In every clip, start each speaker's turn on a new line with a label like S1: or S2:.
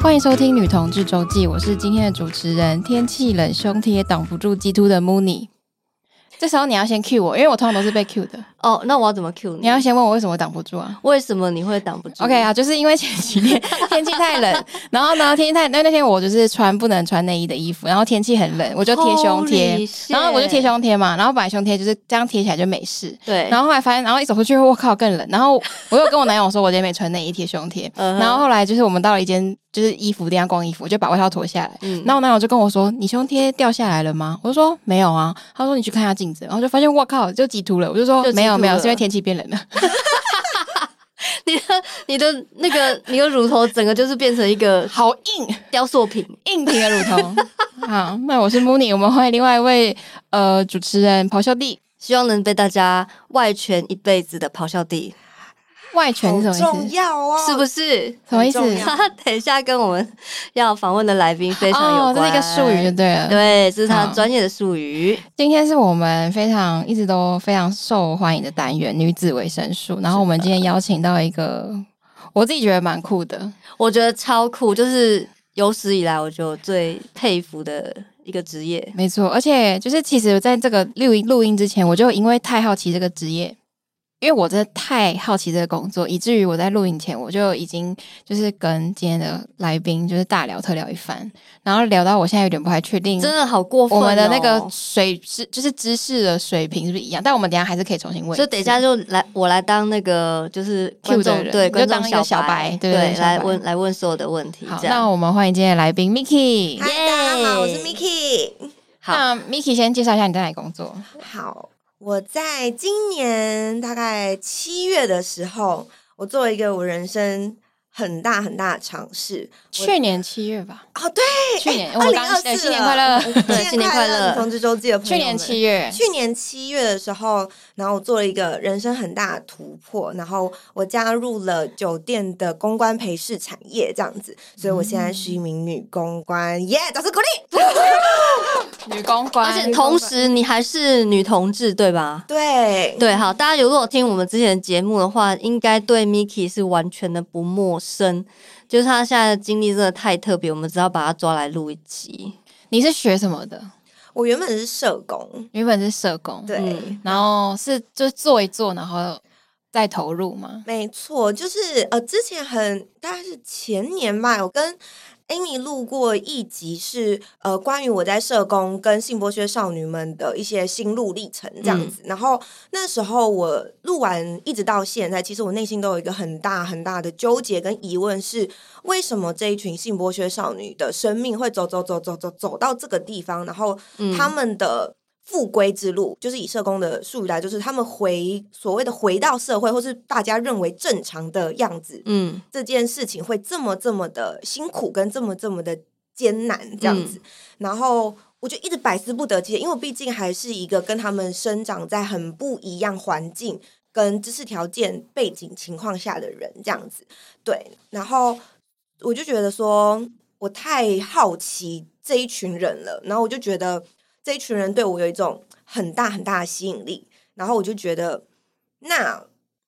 S1: 欢迎收听《女同志周记》，我是今天的主持人。天气冷，胸贴挡不住鸡突的 Mooney。这时候你要先 Q 我，因为我通常都是被 Q 的。
S2: 哦，那我要怎么 Q
S1: 你要先问我为什么挡不住啊
S2: 为什么你会挡不住
S1: ？OK 啊，就是因为前几 天天气太冷，然后呢天气太那那天我就是穿不能穿内衣的衣服，然后天气很冷，我就贴胸贴
S2: Holy，shit
S1: 然后我就贴胸贴嘛，然后本来胸贴就是这样贴起来就没事，
S2: 对，
S1: 然后后来发现，然后一走出去，我靠，更冷。然后我又跟我男友说，我今天没穿内衣贴胸贴。
S2: 嗯哼
S1: 然后后来就是我们到了一间就是衣服店要逛衣服，我就把外套脱下来。
S2: 嗯
S1: 然后我男友就跟我说：“你胸贴掉下来了吗？”我就说：“没有啊。”他说：“你去看一下镜子。”然后就发现我靠，就挤秃了。我就说
S2: 就：“
S1: 没有
S2: 挤秃
S1: 没有，
S2: 了
S1: 是因为天气变冷 了。
S2: 你的你的那个你的乳头整个就是变成一”个
S1: 好硬
S2: 雕塑品，
S1: 硬挺的乳 头。好，那我是 Mooney，我们欢迎另外一位呃主持人咆哮帝。
S2: 希望能被大家外truyền一辈子的咆哮帝，
S1: 外拳是什么意思？
S3: 要哦
S2: 是不是？
S1: 什么意思
S3: 很重要
S2: 他等一下跟我们要访问的来宾非常有
S1: 哦，
S2: 关，
S1: 这是一个术语就嗯对了。
S2: 对，这是他
S1: 嗯
S2: 专业的术语。
S1: 今天是我们非常一直都非常受欢迎的单元——女子维生素。然后我们今天邀请到一个我自己觉得蛮酷的，
S2: 我觉得超酷，就是有史以来我就最佩服的一个职业。
S1: 没错。而且就是其实在这个录音录音之前，我就因为太好奇这个职业，因为我真的太好奇这个工作，以至于我在录影前我就已经就是跟今天的来宾就是大聊特聊一番，然后聊到我现在有点不太确定。
S2: 真的好过分、
S1: 我
S2: 哦！
S1: 们的那个水知就是知识的水平是不是一样？但我们等一下还是可以重新问。
S2: 所以等一下就来，我来当那个就是观
S1: Q 的
S2: 众
S1: 人
S2: 对
S1: 你就
S2: 观
S1: 当
S2: 众
S1: 一个小
S2: 小
S1: 白对
S2: 对
S1: 对小
S2: 来
S1: 白
S2: 问来问所有的问题
S1: 好，，
S2: 这
S1: 那
S2: 样
S1: 我们欢迎今天的来宾 Miki。
S3: 嗨，大家好，我是
S2: 耶
S3: Miki。
S2: 好
S1: 那 Miki 先介绍一下你在哪里工作？
S3: 好，我在今年大概七月的时候，我做了一个我人生很大很大的尝试。我
S1: 去年七月吧，
S3: 哦，对，
S1: 去年我
S3: 二
S1: 们
S3: 零
S1: 刚
S3: 二
S1: 对
S3: 四，
S1: 哎新年快乐，
S2: 对新年快乐
S3: 同志周记的朋友
S1: 去
S3: 们
S1: 年七月，
S3: 去年七月的时候，然后我做了一个人生很大的突破，然后我加入了酒店的公关陪侍产业，这样子，所以我现在是一名女公关，耶、掌声鼓励。
S1: 女公关，
S2: 而且同时你还是女同志对吧？
S3: 对，
S2: 对，好，大家如果听我们之前的节目的话，应该对 Miki 是完全的不陌生，就是他现在的经历真的太特别，我们只要把他抓来录一集。
S1: 你是学什么的？
S3: 我原本是社工，
S1: 原本是社工，
S3: 对，
S2: 嗯
S1: 然后是就做一做，然后再投入吗？
S3: 没错，就是呃，之前很大概是前年吧，我跟 Amy 录过一集是呃关于我在社工跟性剥削少女们的一些心路历程这样
S2: 嗯
S3: 子。然后那时候我录完一直到现在，其实我内心都有一个很大很大的纠结跟疑问是。为什么这一群性剥削少女的生命会走走走走走走到这个地方，然后
S2: 嗯
S3: 他们的复归之路，就是以社工的术语来，就是他们回所谓的回到社会，或是大家认为正常的样子，
S2: 嗯，
S3: 这件事情会这么这么的辛苦，跟这么这么的艰难这样子。然后我就一直百思不得其解，因为我毕竟还是一个跟他们生长在很不一样环境、跟知识条件、背景情况下的人这样子。对，然后我就觉得说，我太好奇这一群人了，然后我就觉得这一群人对我有一种很大很大的吸引力，然后我就觉得，那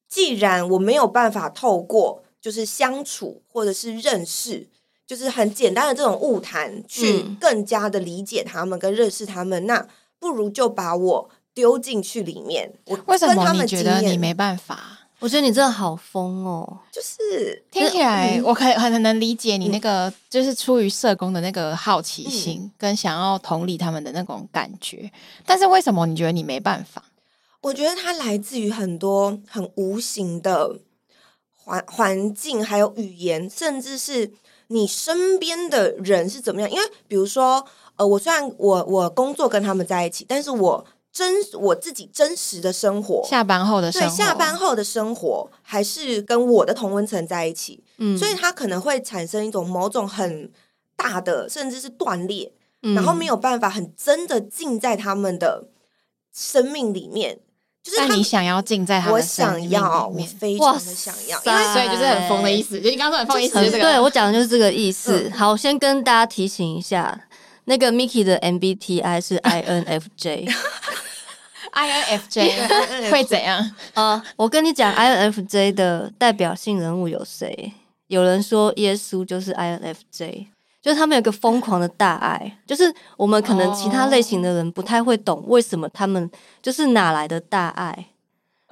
S3: 既然我没有办法透过就是相处或者是认识，就是很简单的这种物谈去
S2: 嗯
S3: 更加的理解他们跟认识他们，那不如就把我丢进去里面。我
S1: 为什
S3: 跟
S1: 么
S3: 他
S1: 你
S3: 们
S1: 觉
S3: 经
S1: 得
S3: 验
S1: 你没办法？
S2: 我觉得你真的好疯哦。
S3: 就是
S1: 听起来
S3: 嗯
S1: 我可以很能理解你那个，就是出于社工的那个好奇心
S3: 嗯
S1: 跟想要同理他们的那种感觉。但是为什么你觉得你没办法？
S3: 我觉得它来自于很多很无形的环环境，还有语言，甚至是你身边的人是怎么样。因为比如说，呃，我虽然我我工作跟他们在一起，但是我真我自己真实的生活，
S1: 下班后的生
S3: 对
S1: 活，
S3: 下班后的生活，还是跟我的同温层在一起，
S2: 嗯，
S3: 所以它可能会产生一种某种很大的，甚至是断裂。
S2: 以
S3: 然后
S1: 嗯
S3: 没有办法很真的浸在他们的生命里面，就是他
S1: 但
S3: 们
S1: 你想要进在他们
S3: 我
S1: 的生
S3: 想
S1: 命
S3: 要，
S1: 里
S3: 我
S1: 面
S3: 非常
S2: 哇
S3: 的想要，因为
S2: 塞
S1: 所以就是很疯的意思。就你刚刚说很疯的意思，就是这
S2: 对
S1: 个。
S2: 我讲的就是这个意思。
S3: 嗯
S2: 好，先跟大家提醒一下，那个 Miki 的 MBTI 是 INFJ
S3: 对
S2: 呃
S1: INFJ 会怎样？嗯
S2: 啊、我跟你讲，INFJ 的代表性人物有谁？有人说耶稣就是 INFJ，就是他们有个疯狂的大爱，就是我们可能其他类型
S1: 哦
S2: 的人不太会懂为什么他们就是哪来的大爱。
S1: 嗯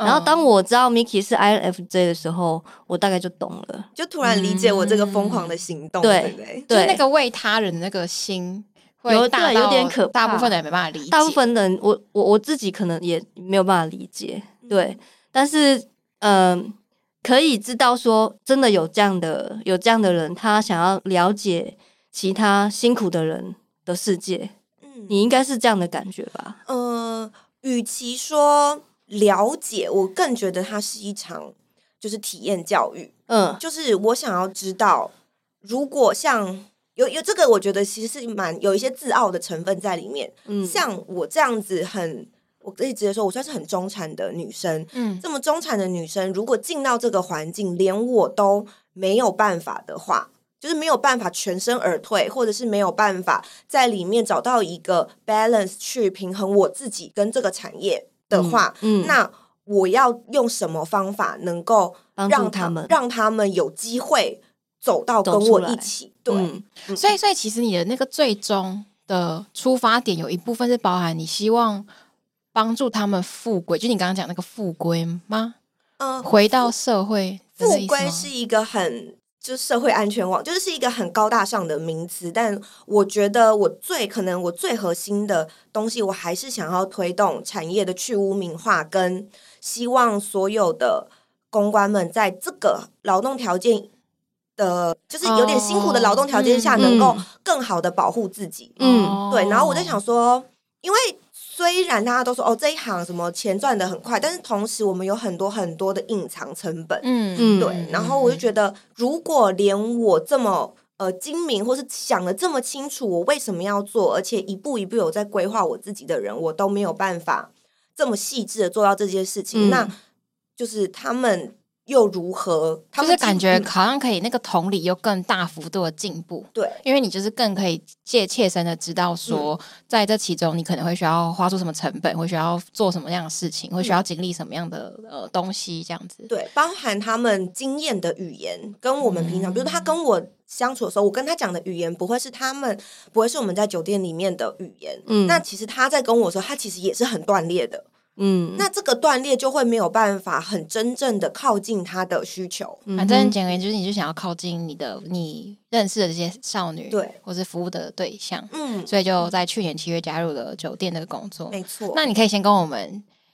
S2: 然后当我知道 Miki 是 INFJ 的时候，我大概就懂了。
S3: 就突然理解我这个疯狂
S1: 嗯
S3: 的行动，
S2: 对
S3: 对不对？
S1: 就是
S2: 对，
S1: 那个为他人的那个心，会
S2: 有
S1: 大
S2: 对
S1: 到
S2: 有点可
S1: 大
S2: 怕
S1: 部分人也没办法理解，
S2: 大部分人，我我我自己可能也没有办法理解，对。但是，嗯、可以知道说，真的有这样的有这样的人，他想要了解其他辛苦的人的世界，
S3: 嗯
S2: 你应该是这样的感觉吧？
S3: 呃，与其说了解，我更觉得它是一场就是体验教育，
S2: 嗯
S3: 就是我想要知道，如果像有有这个，我觉得其实是蛮有一些自傲的成分在里面。
S2: 嗯，
S3: 像我这样子很，我可以直接说，我算是很中产的女生。
S1: 嗯
S3: 这么中产的女生，如果进到这个环境，连我都没有办法的话，就是没有办法全身而退，或者是没有办法在里面找到一个 balance 去平衡我自己跟这个产业的话，
S2: 嗯，
S3: 那我要用什么方法能够
S2: 帮助
S3: 让
S2: 他们
S3: 让他们有机会走到跟
S2: 走出
S3: 我
S2: 来
S3: 一起？对，
S2: 嗯
S1: 所以所以其实你的那个最终的出发点有一部分是包含你希望帮助他们复归，就你刚刚讲那个复归吗？
S3: 嗯、
S1: 回到社会的那
S3: 富
S1: 意思吗，
S3: 贵是一个很就是社会安全网，就是是一个很高大上的名词，但我觉得我最可能我最核心的东西，我还是想要推动产业的去污名化，跟希望所有的公关们在这个劳动条件。的，就是有点辛苦的劳动条件下，
S1: 哦嗯
S3: 能够
S2: 嗯
S3: 更好的保护自己。
S2: 嗯
S1: 哦
S3: 对，然后我在想，说，因为虽然大家都说哦这一行什么钱赚的很快，但是同时我们有很多很多的隐藏成本。
S1: 嗯
S2: 嗯
S3: 对，然后我就觉得，如果连我这么呃精明，或是想的这么清楚，我为什么要做，而且一步一步有在规划我自己的人，我都没有办法这么细致的做到这件事
S2: 嗯
S3: 情，那就是他们又如何？他
S1: 就
S3: 们
S1: 是感
S3: 进
S1: 觉
S3: 嗯
S1: 好像可以那个同理又更大幅度的进步，
S3: 对，
S1: 因为你就是更可以借切身的知道说，
S3: 嗯
S1: 在这其中你可能会需要花出什么成本，会需要做什么样的事情，会需要经历什么样的呃东西，这样子。
S3: 嗯对，包含他们经验的语言，跟我们平常，比如
S2: 嗯
S3: 他跟我相处的时候，我跟他讲的语言不会是他们，不会是我们在酒店里面的语言。
S2: 嗯
S3: 那其实他在跟我说，他其实也是很断裂的。
S2: 嗯，
S3: 那这个断裂就会没有办法很真正的靠近他的需求。
S2: 嗯
S1: 反正简而言之，你就想要靠近你的你认识的这些少女，
S3: 对，
S1: 或是服务的对象，
S3: 嗯，
S1: 所以就在去年七月加入了酒店的工作。
S3: 没错。
S1: 那你可以先跟我们，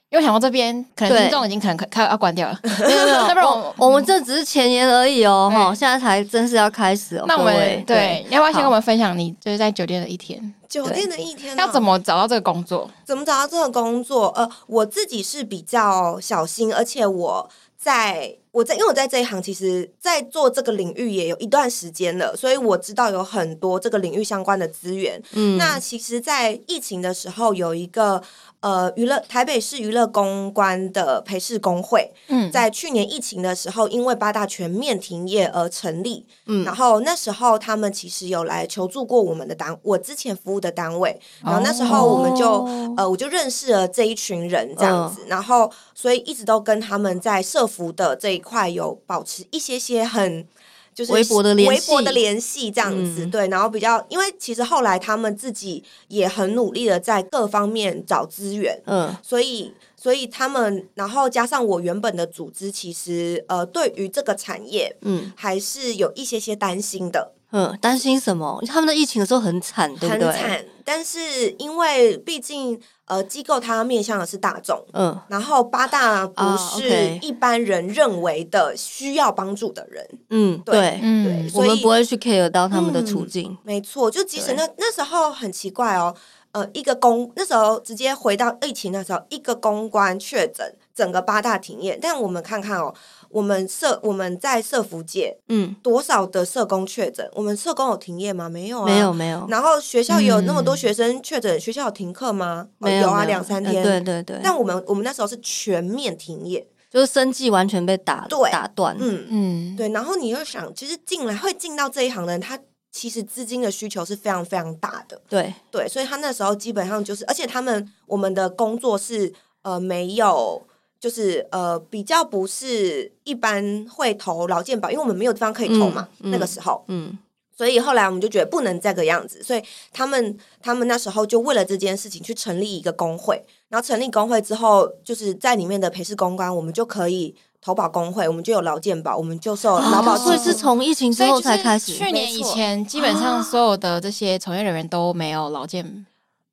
S1: 因为我想到这边可能
S2: 对
S1: 听众已经可能开要关掉 了，
S2: 没有没有，
S1: 要不然我
S2: 嗯我们这只是前言而已哦，
S1: 对
S2: 哈，现在才正式要开始哦。
S1: 那我
S2: 各
S1: 们
S2: 位
S1: 对，要不要先
S2: 好
S1: 跟我们分享你就是在酒店的一天，
S3: 酒店的一天啊、
S1: 要怎么找到这个工作？
S3: 怎么找到这个工作？呃，我自己是比较小心，而且我在我在因为我在这一行，其实在做这个领域也有一段时间了，所以我知道有很多这个领域相关的资源。
S2: 嗯
S3: 那其实，在疫情的时候，有一个呃娱乐台北市娱乐公关的陪侍工会，
S1: 嗯，
S3: 在去年疫情的时候，因为八大全面停业而成立。
S2: 嗯
S3: 然后那时候他们其实有来求助过我们的单，我之前服务的单位。然后那时候我们就、
S2: 哦嗯
S3: 呃，我就认识了这一群人这样子。然后所以一直都跟他们在社服的这一块有保持一些些很。就是
S2: 微薄的联
S3: 微薄
S2: 系
S3: 的联系这样子，
S2: 嗯
S3: 对，然后比较，因为其实后来他们自己也很努力的在各方面找资源，
S2: 嗯
S3: 所以，所以他们，然后加上我原本的组织，其实呃，对于这个产业
S2: 嗯
S3: 还是有一些些担心的，
S2: 嗯，担心什么？他们的疫情的时候很惨，对不
S3: 很
S2: 对？
S3: 惨。但是因为毕竟呃，机构它面向的是大众，
S2: 嗯
S3: 然后八大不
S2: 啊
S3: 是
S2: ，OK
S3: 一般人认为的需要帮助的人，
S2: 嗯，
S3: 对
S2: 对，
S1: 嗯
S3: 对，
S2: 我
S3: 所
S2: 们
S3: 以
S2: 不会去 care 到他们的处
S3: 嗯
S2: 境。
S3: 没错，就即使
S2: 对
S3: 那那时候很奇怪哦，呃，一个公那时候直接回到疫情那时候，一个公关确诊，整个八大停业。但我们看看哦，我们社我们在社服界
S2: 嗯，
S3: 多少的社工确诊？我们社工有停业吗？没有、啊，
S2: 没有。没有，
S3: 然后学校也有那么多
S1: 嗯
S3: 学生确诊，学校有停课吗？哦
S2: 没有
S3: 啊，
S2: 没
S3: 两三
S2: 呃
S3: 天。
S2: 对对对，
S3: 但我们我们那时候是全面停业，
S2: 就是生计完全被打
S3: 对
S2: 打断。
S3: 嗯，
S1: 嗯，
S3: 对。然后你又想，其实进来会进到这一行的人，他其实资金的需求是非常非常大的。
S2: 对，
S3: 对，所以他那时候基本上就是，而且他们我们的工作是呃没有就是呃比较不是一般会投劳健保，因为我们没有地方可以投嘛，
S2: 嗯嗯
S3: 那个时候，
S2: 嗯
S3: 所以后来我们就觉得不能这个样子，所以他们他们那时候就为了这件事情去成立一个工会，然后成立工会之后，就是在里面的陪侍公关，我们就可以投保工会，我们就有劳健保，我们就受劳保
S2: 哦
S3: 局
S2: 所以是从疫情之
S1: 所以
S2: 后
S1: 就
S2: 才开
S1: 是
S2: 始，
S1: 去年以
S3: 没错啊
S1: 前，基本上所有的这些从业人员都没有劳健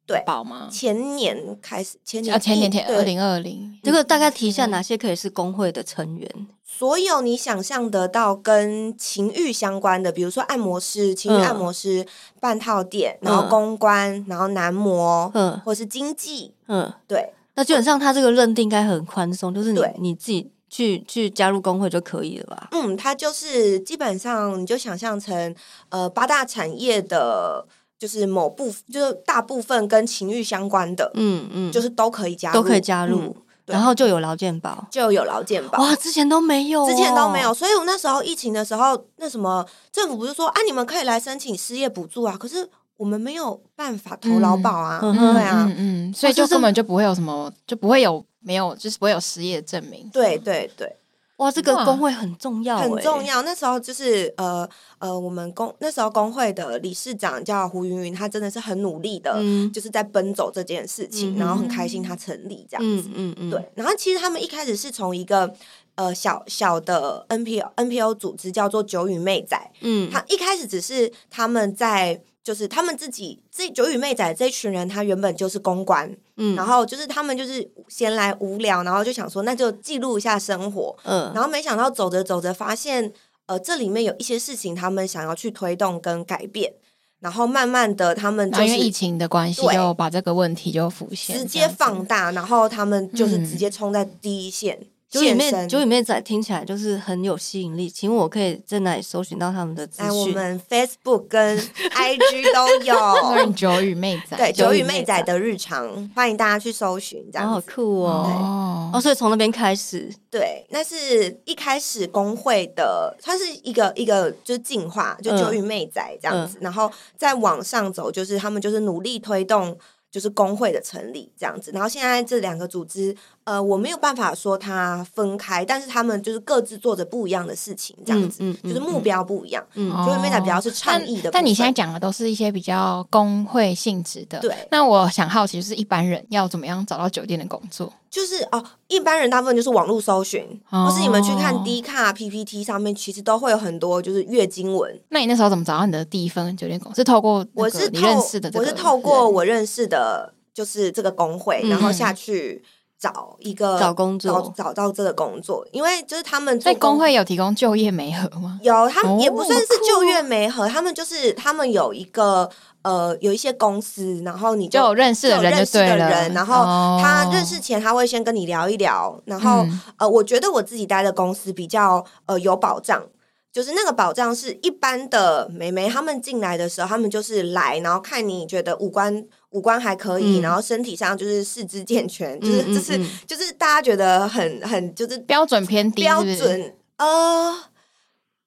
S3: 对
S1: 保吗？
S3: 前年开始，前年
S1: 啊，前年天
S3: 对
S1: 二零二零，
S2: 这个大概提一下哪些可以是工会的成员？
S3: 所有你想象得到跟情欲相关的，比如说按摩师、情欲按摩师、半套店，然后
S2: 嗯
S3: 公关，然后男模，
S2: 嗯
S3: 或是经济，
S2: 嗯，
S3: 对
S2: 那基本上他这个认定应该很宽松，就是你
S3: 对
S2: 你自己去去加入工会就可以了吧？
S3: 嗯，它就是基本上你就想象成呃八大产业的，就是某部就是大部分跟情欲相关的，
S2: 嗯嗯，
S3: 就是都可以加入，
S2: 都可以加入，
S3: 嗯对
S2: 然后就有劳健保。
S3: 就有劳健保。
S2: 哇，之前都没有哦、
S3: 之前都没有，所以我那时候疫情的时候，那什么政府不是说啊，你们可以来申请失业补助啊，可是我们没有办法投劳保啊，
S2: 嗯
S3: 对啊，
S1: 嗯嗯，所以
S2: 哦就
S1: 就是根本就不会有什么，就不会有没有，就是不会有失业证明。
S3: 对对对，
S2: 哇，这个
S1: 哇
S2: 工会很重要、欸
S3: 很重
S2: 要。
S3: 要。那时候就是呃呃，我们工那时候工会的理事长叫胡云云，他真的是很努力的，
S2: 嗯
S3: 就是在奔走这件事情，
S2: 嗯
S3: 然后很开心他成立这样子。
S2: 嗯嗯嗯，
S3: 对，然后其实他们一开始是从一个呃小小的 NPO NPO 组织叫做九羽妹仔，
S2: 嗯，
S3: 他一开始只是他们在，就是他们自己这九羽妹仔这一群人，他原本就是公关，
S2: 嗯
S3: 然后就是他们就是闲来无聊，然后就想说那就记录一下生活，
S2: 嗯，
S3: 然后没想到走着走着发现，呃，这里面有一些事情他们想要去推动跟改变，然后慢慢的他们
S1: 然
S3: 就
S1: 后因为疫
S3: 是。
S1: 情的关系，
S3: 对
S1: 就把这个问题就浮现，
S3: 直
S1: 这
S3: 接
S1: 样子
S3: 放大，然后他们就是
S1: 嗯，
S3: 直接冲在第一线，
S2: 九里
S3: 现
S2: 面
S3: 身。
S2: 九里面仔听起来就是很有吸引力，请问我可以在哪里搜寻到他们的资
S3: 哎，我
S2: 讯？
S3: 们 Facebook 跟 IG 都有
S1: 九羽妹仔，
S3: 对，
S2: 九
S3: 九
S2: 羽
S3: 羽
S2: 妹
S3: 妹
S2: 仔
S3: 仔的日常，欢迎大家去搜寻，这
S2: 然
S3: 样
S2: 后好
S3: 子
S2: 酷哦！
S1: 哦
S2: 哦，所以从那边开始，
S3: 对，那是一开始工会的，它是一个一个就是进化，就
S2: 嗯
S3: 九羽妹仔这样子，然后再往上走，就是他们就是努力推动。就是工会的成立这样子，然后现在这两个组织，呃，我没有办法说它分开，但是他们就是各自做着不一样的事情，这样子，
S2: 嗯嗯嗯
S3: 就是目标不一样。
S2: 嗯
S1: 哦
S3: 九羽妹仔比较是倡议的部分
S1: 但。但你现在讲的都是一些比较工会性质的，。
S3: 对，
S1: 那我想好奇，就是一般人要怎么样找到酒店的工作？
S3: 就是哦，一般人大部分就是网络搜寻，
S1: 哦
S3: 或是你们去看 D 卡、PPT 上面，其实都会有很多就是月经文。
S1: 那你那时候怎么找到你的第一份酒店工作？是透过那
S3: 我
S1: 个
S3: 是
S1: 你
S3: 透
S1: 认识的这
S3: 我
S1: 个
S3: 是
S1: 人，
S3: 透过我认识的，就是这个工会，
S2: 嗯
S3: 然后下去找一个
S2: 找工作
S3: 找找到这个工作，因为就是他们
S1: 所
S3: 做
S1: 以工会有提供就业媒合吗？
S3: 有，他们也不
S1: 哦
S3: 算是
S1: 好酷
S3: 就业媒合，他们就是他们有一个呃有一些公司，然后你
S1: 就有认识的人
S3: 认
S1: 就
S3: 识的
S1: 对了，
S3: 人，然
S1: 哦
S3: 后他认识前他会先跟你聊一聊，然后、
S1: 嗯
S3: 呃，我觉得我自己待的公司比较呃有保障。就是那个保障是一般的美眉，她们进来的时候，她们就是来，然后看你觉得五官五官还可以，
S2: 嗯
S3: 然后身体上就是四肢健全，就
S2: 嗯
S3: 是
S2: 嗯
S3: 就是、
S2: 嗯
S3: 就是大家觉得很很就是
S1: 标准偏低
S3: 标
S1: 是不是，
S3: 准呃，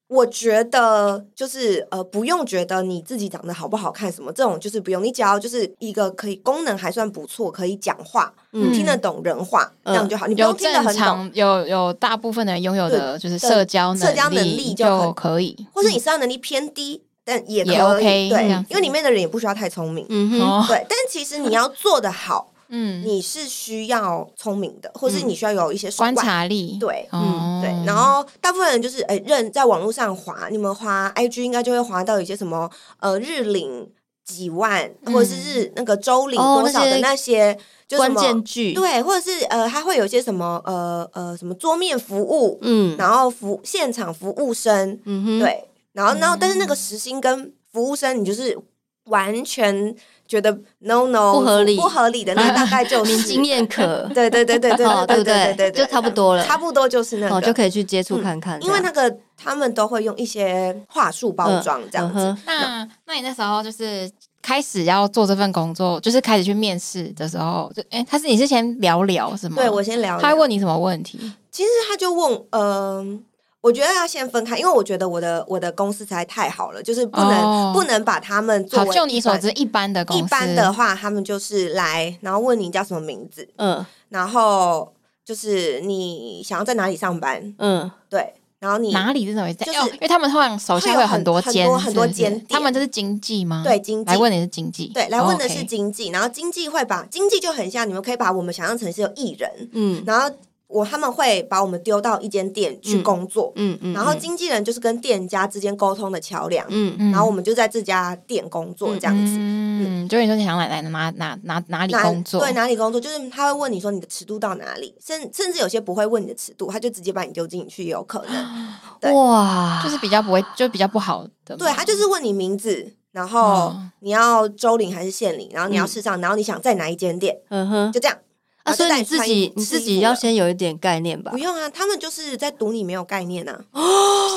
S3: 我觉得就是呃，不用觉得你自己长得好不好看什么，这种就是不用，你只要就是一个可以功能还算不错，可以讲话，
S2: 嗯
S3: 听得懂人话，这样就好，你不
S1: 有
S3: 用听得
S1: 正
S3: 很懂。
S1: 常有有大部分的人拥有的就是
S3: 对
S1: 社交
S3: 社交能力就很
S1: 就可以，
S3: 或是你社交能力偏低，但也可
S1: 嗯
S3: 以
S1: 也 OK，
S3: 对
S1: 这样子，
S3: 因为里面的人也不需要太聪明，
S2: 嗯哼，
S1: 哦
S3: 对。但其实你要做得好，
S1: 嗯，
S3: 你是需要聪明的，或是
S2: 嗯
S3: 你需要有一些手
S1: 观
S3: 腕。
S1: 察力
S3: 对
S1: 哦
S3: 嗯对，然后大部分人就是哎、认在网络上滑，你们滑 IG 应该就会滑到有些什么呃日领几万，
S1: 嗯
S3: 或者是日那个周领
S2: 哦
S3: 多少的
S2: 那
S3: 那些，就什
S2: 关
S3: 么
S2: 键句，
S3: 对，或者是呃还会有一些什么呃呃什么桌面服务，
S2: 嗯
S3: 然后服现场服务生，
S2: 嗯哼，
S3: 对，然后然后
S1: 嗯
S3: 但是那个时薪跟服务生你就是。完全觉得 no no
S2: 不合理
S3: 不合理的那大概就是
S2: 你经验可
S3: 对对对对对
S2: 哦
S3: 对
S2: 对不对
S3: 对对，
S2: 就差不多了
S3: 差不多就是那
S2: 哦，
S3: 个
S2: 就可以去接触看看，
S3: 因为
S2: 这
S3: 那
S2: 样
S3: 个他们都会用一些话术包装这样子。
S2: 嗯哼
S1: 那那你那时候就是开始要做这份工作，就是开始去面试的时候，就哎、他是你是先聊聊是吗？
S3: 对我先聊
S1: 他会
S3: 聊，
S1: 问你什么问题？
S3: 其实他就问，嗯、我觉得要先分开，因为我觉得我的我的公司实在太好了，就是不能、
S1: 哦
S3: 不能把他们作
S1: 好，
S3: 为
S1: 就你
S3: 一般
S1: 所知，一般的公司
S3: 一般的话，他们就是来，然后问你叫什么名字，
S2: 嗯
S3: 然后就是你想要在哪里上班，
S2: 嗯，
S3: 对，然后你
S1: 哪里这种也在，
S3: 就是
S1: 哦因为他们通常手下会有多
S3: 会有很
S1: 间，
S3: 很多很多
S1: 是不是
S3: 间店
S1: 他们这是经济吗？
S3: 对，经济
S1: 来。问你是经济，
S3: 对，来问的
S1: 哦
S3: 是
S1: ，OK
S3: 经济，然后经济会把经济就很像，你们可以把我们想象成是有艺人，
S2: 嗯
S3: 然后我他们会把我们丢到一间店去
S2: 嗯
S3: 工作，
S2: 嗯嗯，
S3: 然后经纪人就是跟店家之间沟通的桥梁，
S2: 嗯
S1: 嗯
S3: 然后我们就在这家店工作这样子。
S1: 嗯，就是你说你想来来哪哪哪哪里
S3: 哪
S1: 工作？
S3: 对哪里工作，就是他会问你说你的尺度到哪里，甚甚至有些不会问你的尺度，他就直接把你丢进去，也有可能。对
S2: 哇，
S1: 就是比较不会，就比较不好的
S2: 哦
S1: 嘛。
S3: 对他就是问你名字，然后
S1: 嗯
S3: 你要州领还是县领，然后你要
S2: 嗯
S3: 市上，然后你想在哪一间店，
S2: 嗯哼
S3: 就这样。
S2: 啊，
S3: 然
S2: 所
S3: 后
S2: 以
S3: 就带
S2: 你自
S3: 穿衣
S2: 己
S3: 服
S2: 你自
S3: 吃衣
S2: 己
S3: 服
S2: 要
S3: 了
S2: 先有一点概念吧
S3: 不。用啊，他们就是在赌你没有概念啊，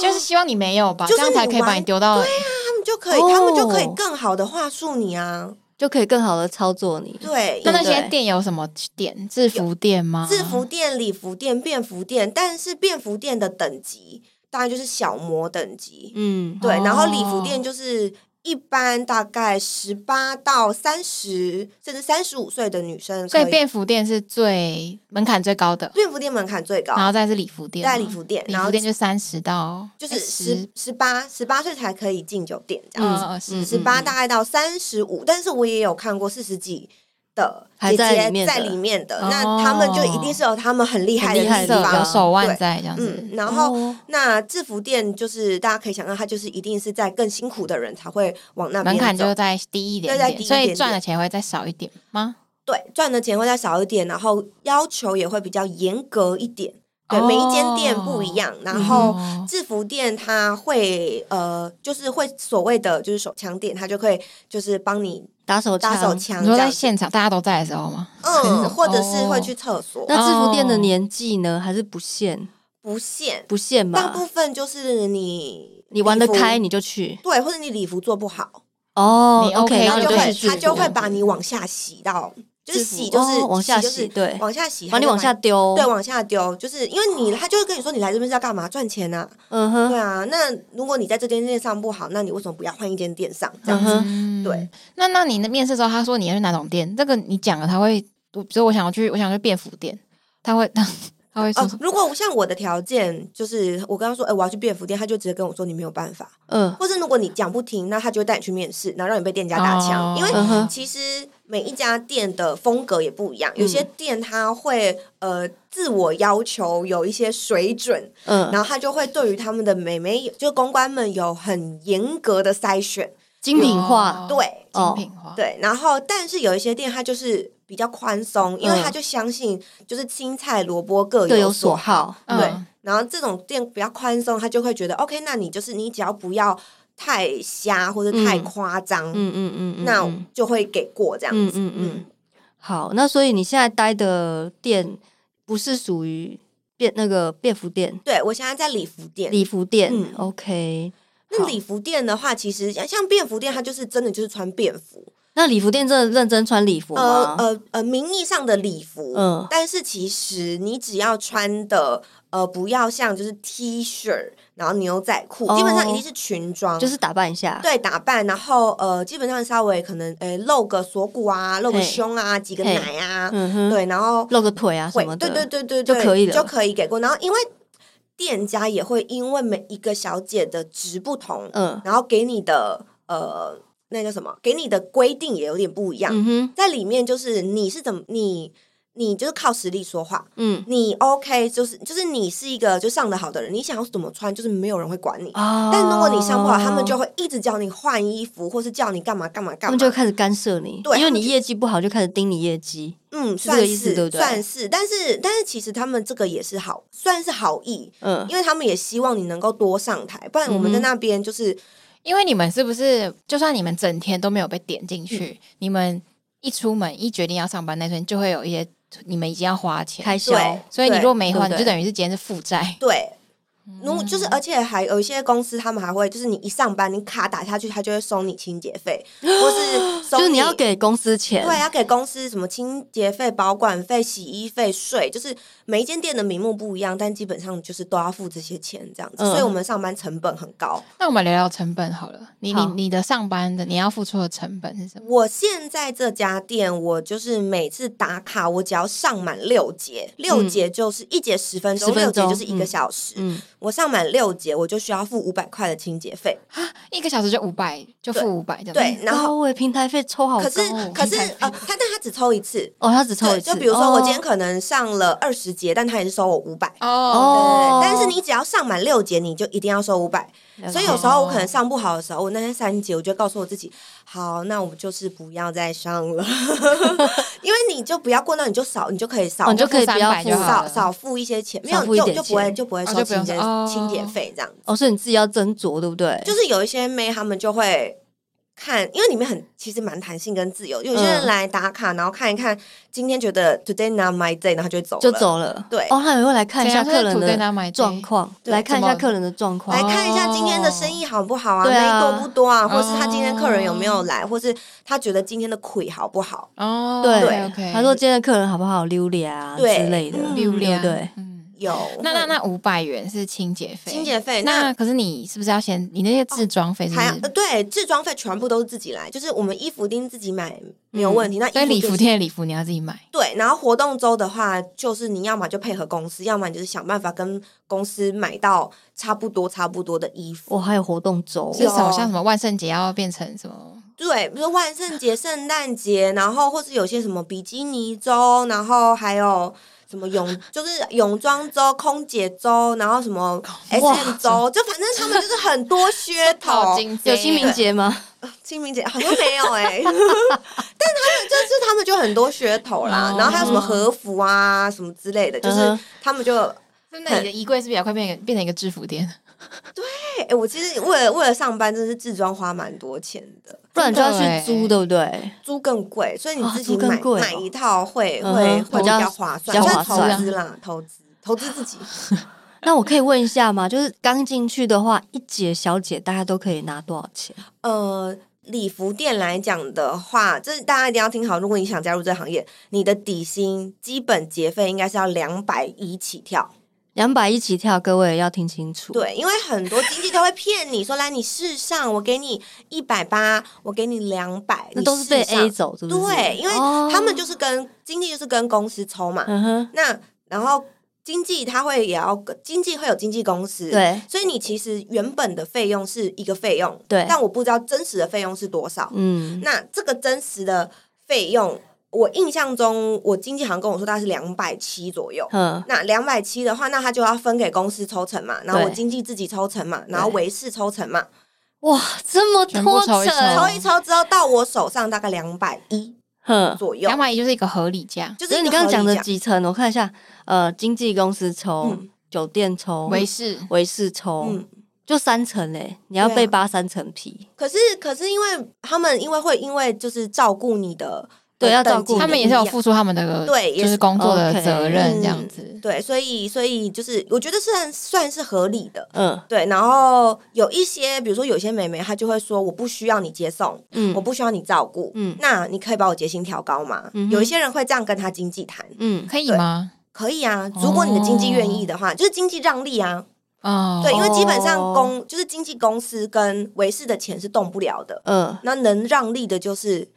S1: 就是希望你没有吧，
S3: 就是
S1: 这样才可以把你
S3: 你
S1: 丢到。
S3: 他们就可以，他们就可以
S2: 哦
S3: 更好的话术你啊。
S2: 就可以更好的操作你。
S3: 对，
S1: 那那
S2: 对
S1: 些店有什么店？制服店吗？
S2: 啊
S3: 制服店、礼服店、便服店，但是便服店的等级当然就是小模等级，
S2: 嗯，
S3: 对，然后礼
S1: 哦
S3: 服店就是一般大概十八到三十甚至三十五岁的女生可
S1: 所
S3: 以，
S1: 以便服店是最门槛最高的，
S3: 便服店门槛最高
S2: 啊
S1: 然，后再是礼服店吗，
S3: 在礼
S2: 嗯
S3: 服店，
S1: 礼
S3: 然
S1: 服
S3: 后
S1: 店就三十到哎
S3: 就是十十八十八岁才可以进酒店这样子，
S1: 呃
S2: 嗯
S1: 十
S3: 十八大概到三十五，但是我也有看过四十几。的
S2: 还
S3: 姐
S2: 在里
S3: 姐
S2: 面
S3: 在
S2: 的
S3: 里面的，那
S1: 哦
S3: 他们就一定是有他们很厉害的
S2: 很厉害
S3: 地
S2: 的地
S1: 色
S3: 方
S1: 有，手腕
S3: 对
S1: 在这样子
S3: 嗯，，然后
S2: 哦
S3: 那制服店就是大家可以想到，它就是一定是在更辛苦的人才会往那
S1: 门槛
S3: 边
S1: 就
S3: 走，
S1: 再低一点
S3: 对再
S1: 点，
S3: 低一
S1: 所以
S3: 点
S1: 赚的
S3: 点
S1: 钱会再少一点吗？
S3: 对，赚的钱会再少一点，然后要求也会比较严格一点。对，
S1: 哦
S3: 每一间店不一样，然
S2: 嗯
S3: 后
S1: 哦
S3: 制服店它会呃，就是会所谓的就是手枪店，它就会就是帮你
S2: 打手
S3: 打手
S2: 枪。
S3: 枪
S1: 你
S3: 这
S1: 说
S3: 样
S1: 在
S3: 子，
S1: 现场大家都在的时候吗？
S3: 嗯，或者是
S1: 哦
S3: 会去厕所，
S2: 那制服店的
S1: 哦
S2: 年纪呢？还是不限？
S3: 不限，
S2: 不限
S3: 大
S2: 吧
S3: 部。分就是你
S2: 你玩得
S3: 礼服
S2: 开你就去
S3: 对，或者你礼服做不好，
S2: 哦
S1: 你 OK，
S2: ，OK，
S1: 然
S3: 他
S1: 后你
S2: 那
S3: 就
S2: 就
S3: 会
S2: 去
S1: 是
S2: 制
S3: 他
S2: 服
S3: 就会把你往下洗到，就是
S2: 制服
S3: 洗就是
S2: 哦往下
S3: 就
S2: 洗
S3: 是
S2: 对
S3: 往下洗，
S2: 把你往下
S3: 他就
S2: 丢。
S3: 把对，往下丢，就是因为你他就会跟你说你来这边是要干嘛赚钱啊，
S2: 嗯哼，
S3: 对啊，那如果你在这间店上不好，那你为什么不要换一间店上？这样
S2: 嗯
S3: 子，
S2: 哼
S1: 嗯
S3: 对。
S1: 那那你的面试的时候，他说你要去哪种店？这个你讲了，他会，我比如说我想要去，我想去便服店，他会 他会说
S3: 哦，如果像我的条件就是我刚刚说，哎、我要去便服店，他就直接跟我说你没有办法，
S2: 嗯
S3: 或是如果你讲不听，那他就会带你去面试，然后让你被店家打
S1: 哦
S3: 枪，因为
S2: 嗯哼，
S3: 其实每一家店的风格也不一样，有些店它会呃自我要求有一些水准，
S2: 嗯，
S3: 然后它就会对于他们的美眉，就公关们有很严格的筛选。
S2: 精品化。
S3: 对
S1: 精品化，
S3: 哦对，然后但是有一些店它就是比较宽松，因为它就相信就是青菜萝卜各
S2: 各
S3: 有
S2: 有所
S3: 所好。
S2: 好，
S1: 嗯
S3: 对，然后这种店比较宽松，他就会觉得 OK，那你就是你只要不要太瞎或者太
S2: 嗯
S3: 夸张，
S2: 嗯嗯嗯嗯，
S3: 那
S2: 嗯
S3: 就会给过这样
S2: 嗯
S3: 子。
S2: 嗯
S3: 嗯
S2: 嗯，好，那所以你现在待的店不是属于便那个便服店、
S3: 对我现在在礼服店。
S2: 礼服店、
S3: 嗯
S2: o k
S3: 那礼服店的话，其实像像便服店，它就是真的就是穿便服，
S2: 那礼服店真的认真穿礼服
S3: 呃
S2: 吗？
S3: 呃呃，名义上的礼服，
S2: 嗯
S3: 但是其实你只要穿的呃，不要像就是 T 恤，然后牛仔裤，
S2: 哦
S3: 基本上一定是裙装，啊
S2: 就是打扮一下。
S3: 对打扮，然后呃，基本上稍微可能呃露个锁骨啊，露个
S2: 嘿
S3: 胸啊，几个
S2: 嘿
S3: 奶啊，
S2: 嗯哼，
S3: 对，然后
S2: 露个腿啊什
S3: 会
S2: 么，的。
S3: 对对对对
S2: 就
S3: 对
S2: 可以了
S3: 就可以给过。然后因为店家也会因为每一个小姐的值不同，
S2: 嗯
S3: 然后给你的呃那叫什么，给你的规定也有点不一样。
S2: 嗯哼，
S3: 在里面就是你是怎么你你就是靠实力说话，
S2: 嗯
S3: 你 OK 就是就是你是一个就上的好的人，你想要怎么穿就是没有人会管你。
S2: 啊
S3: 但如果你上不好，他们就会一直叫你换衣服，或是叫你干嘛干嘛
S2: 他
S3: 干
S2: 哦们就
S3: 嘛。
S2: 开始干涉你，
S3: 对
S2: 因为
S3: 他们
S2: 你业绩不好就开始盯你业绩。
S3: 嗯，
S2: 是这个
S3: 算是
S2: 意思对不对
S3: 算是，但是但是其实他们这个也是好，算是好意，
S2: 嗯
S3: 因为他们也希望你能够多上台，不然我们在
S2: 嗯哼
S3: 那边就是、
S1: 因为你们是不是就算你们整天都没有被点进
S2: 嗯
S1: 去，你们一出门一决定要上班那天，就会有一些你们已经要花钱，
S2: 开销。
S3: 对
S1: 所以你如果没
S2: 对
S1: 花，
S2: 对
S1: 你就等于是今天是负债。
S3: 对。
S2: 嗯
S3: 如果就是，而且还有一些公司，他们还会就是你一上班，你卡打下去，他就会收你清洁费，或是收，
S2: 就是你要。给公司钱，
S3: 对，要给公司什么清洁费、保管费、洗衣费、税，就是每一间店的名目不一样，但基本上就是都要付这些钱这样子，
S2: 嗯
S3: 所以我们上班成本很高。
S1: 那我们聊聊成本好了。你你
S2: 好
S1: 你的上班的你要付出的成本是什么？
S3: 我现在这家店，我就是每次打卡，我只要上满六节，六节就是一节十分
S2: 嗯
S3: 钟，
S2: 10分
S3: 六节
S2: 钟
S3: 就是一个
S2: 嗯
S3: 小时。
S2: 嗯，
S3: 我上满六节，我就需要付五百块的清洁费。
S1: 一个小时就五百，就付五百这样。
S3: 对，，然后
S2: 高位平台费抽好高
S3: 可
S2: 哦，
S3: 是可是
S1: 平台
S3: 呃，他但他只抽一次。
S2: 哦，他只抽
S3: 对，
S2: 一次，
S3: 就比如说我今天
S2: 哦
S3: 可能上了二十节，但他也是收我五百。
S1: 哦，
S2: 哦
S3: 对，但是你只要上满六节，你就一定要收五百。
S2: 了解
S3: 所以有时候我可能上不好的时候，我那天三节，我就会告诉我自己，好，那我们就是不要再上 了，因为你就不要过，那你就少，你就可以少
S2: 哦你就可以不要
S1: 300
S2: 付
S1: 就好
S3: 少
S1: 了
S3: 少付一些钱，没有
S2: 少付一
S3: 就
S2: 点
S3: 就不会
S2: 钱
S3: 就不会
S1: 哦
S3: 收
S1: 就不
S3: 清
S1: 用
S3: 洁
S1: 收哦
S3: 清洁费这样子。
S2: 哦，所以你自己要斟酌，对不对？
S3: 就是有一些妹他们就会看，因为里面很其实蛮弹性跟自由，有些人
S2: 嗯
S3: 来打卡，然后看一看，今天觉得 today not my day，然后他就走了
S2: 就。走了，
S3: 对
S2: 哦，他也会来看
S1: 啊
S2: 一下客人
S1: 在
S2: 的
S1: 那买
S2: 状，况，
S3: 对
S2: 来看一下
S1: 怎么
S2: 客人的状况
S3: 来。看一下今天的生意好不好
S1: 哦
S3: 啊，
S2: 对啊
S3: 妹多不多啊，或是他今天客人有没有来，或是他觉得今天的亏好不好？
S1: 哦，
S2: 对
S1: ，OK，
S2: 他说今天的客人好不好，溜达啊之
S3: 对
S2: 类的，
S3: 嗯
S1: 流量，
S2: 对不对，
S1: 嗯，
S3: 有
S1: 那那那五百元是清洁费，
S3: 清洁费
S1: 哎那
S3: 那。哦
S1: 可是你是不是要先你那些自装费是不
S3: 还
S1: 是？
S3: 呃对，制装费全部都是自己来，就是我们衣服店自己买没有问题。那衣
S1: 嗯所以礼
S3: 店
S1: 服店的礼服你要自己买，
S3: 对，然后活动周的话，就是你要么就配合公司，要么你就是想办法跟公司买到差不多差不多的衣服。
S2: 哦我还有活动周，哦
S1: 至
S3: 有
S1: 少像什么万圣节要变成什么？
S3: 对，比如说万圣节、圣诞节，然后或是有些什么比基尼周，然后还有什么泳，就是泳装周、空姐周，然后什么 S
S1: 哇
S3: M 周，就反正他们就是很多噱头。
S2: 有清明节吗？
S3: 清明节好像没有哎、 但他们就是他们就很多噱头啦
S1: 哦
S3: 然后还有什么和服啊什么之类的，就
S2: 嗯
S3: 是
S2: 哼
S3: 他们就
S1: 真的，你的衣柜是不是也快变成变成一个制服店？
S3: 哎、欸我其实为了为了上班，真是自装花蛮多钱的，
S2: 不然你就要去
S1: 真的欸
S2: 租，对不对？
S3: 租更贵，所以你
S2: 啊
S3: 自己
S2: 租更
S3: 买、
S2: 贵哦
S3: 买一套会、
S2: 嗯
S3: 会
S2: 哼
S3: 会
S2: 比
S3: 比
S2: 较
S3: 较划算，
S2: 比较
S3: 算
S2: 划
S3: 投
S1: 算
S3: 资啦，投资投资自己。
S2: 那我可以问一下吗？就是刚进去的话，一姐小姐大家都可以拿多少钱？
S3: 呃，礼服店来讲的话，这大家一定要听好，如果你想加入这个行业，你的底薪基本节费应该是要两百一起跳，
S2: 两百一起跳，各位要听清楚。，
S3: 对，因为很多经纪都会骗你说，来你试上，我给你一百八，我给你两百，
S2: 那都是被
S3: 你试上
S2: A 走，是不是？
S3: 对，因为
S2: 哦
S3: 他们就是跟、经纪就是跟公司抽嘛，
S2: 嗯哼，
S3: 那然后经纪他会也要经纪会有经纪公司，，
S2: 对，
S3: 所以你其实原本的费用是一个费用，
S2: 对
S3: 但我不知道真实的费用是多少。
S2: 嗯，
S3: 那这个真实的费用，我印象中我经纪好像跟我说大概是两百七左右。
S2: 嗯，
S3: 那两百七的话，那他就要分给公司抽成嘛，然后
S2: 对
S3: 我经纪自己抽成嘛，然后
S2: 对
S3: 维氏抽成嘛，
S2: 哇，这么
S1: 全部
S2: 多
S1: 抽一
S2: 成，
S1: 哦
S3: 抽一抽之后到我手上大概两百一
S2: 哼，
S3: 左右
S1: 两，百一就是一个合理价，
S3: 就是
S2: 所以
S3: 一
S2: 你
S3: 个
S2: 刚刚
S3: 合
S2: 讲
S3: 理
S2: 的
S3: 价
S2: 几层，我看一下，呃，经纪公司抽，
S3: 嗯
S2: 酒店抽，
S1: 维氏
S2: 维士抽，
S3: 嗯
S2: 就三层嘞，你要
S3: 对啊
S2: 被扒三层皮，
S3: 可是，可是因为他们因为会因为就是照顾你的，呃
S2: 对要
S3: 等
S2: 照顾
S3: 级
S1: 他
S3: 不
S1: 们
S3: 一
S1: 也是有
S3: 样
S1: 付出他们的
S3: 对也
S1: 就是是工作的
S2: OK
S1: 责任这样
S3: 嗯
S1: 子。
S3: 对，所以所以就是我觉得算算是合理的。
S2: 嗯
S3: 对，然后有一些，比如说有些妹妹，她就会说我不需要你接送，
S2: 嗯，
S3: 我不需要你照顾，
S2: 嗯
S3: 那你可以把我节薪调高吗？
S2: 嗯哼
S3: 有一些人会这样跟他经纪谈，
S2: 嗯
S1: 可以
S3: 对
S1: 吗？
S3: 可以啊，如果你的经纪愿意的话，就是经纪让利啊，
S1: 哦，
S3: 对，因为基本上
S2: 哦
S3: 公就是经纪公司跟维氏的钱是动不了的，
S2: 嗯，
S3: 那能让利的就是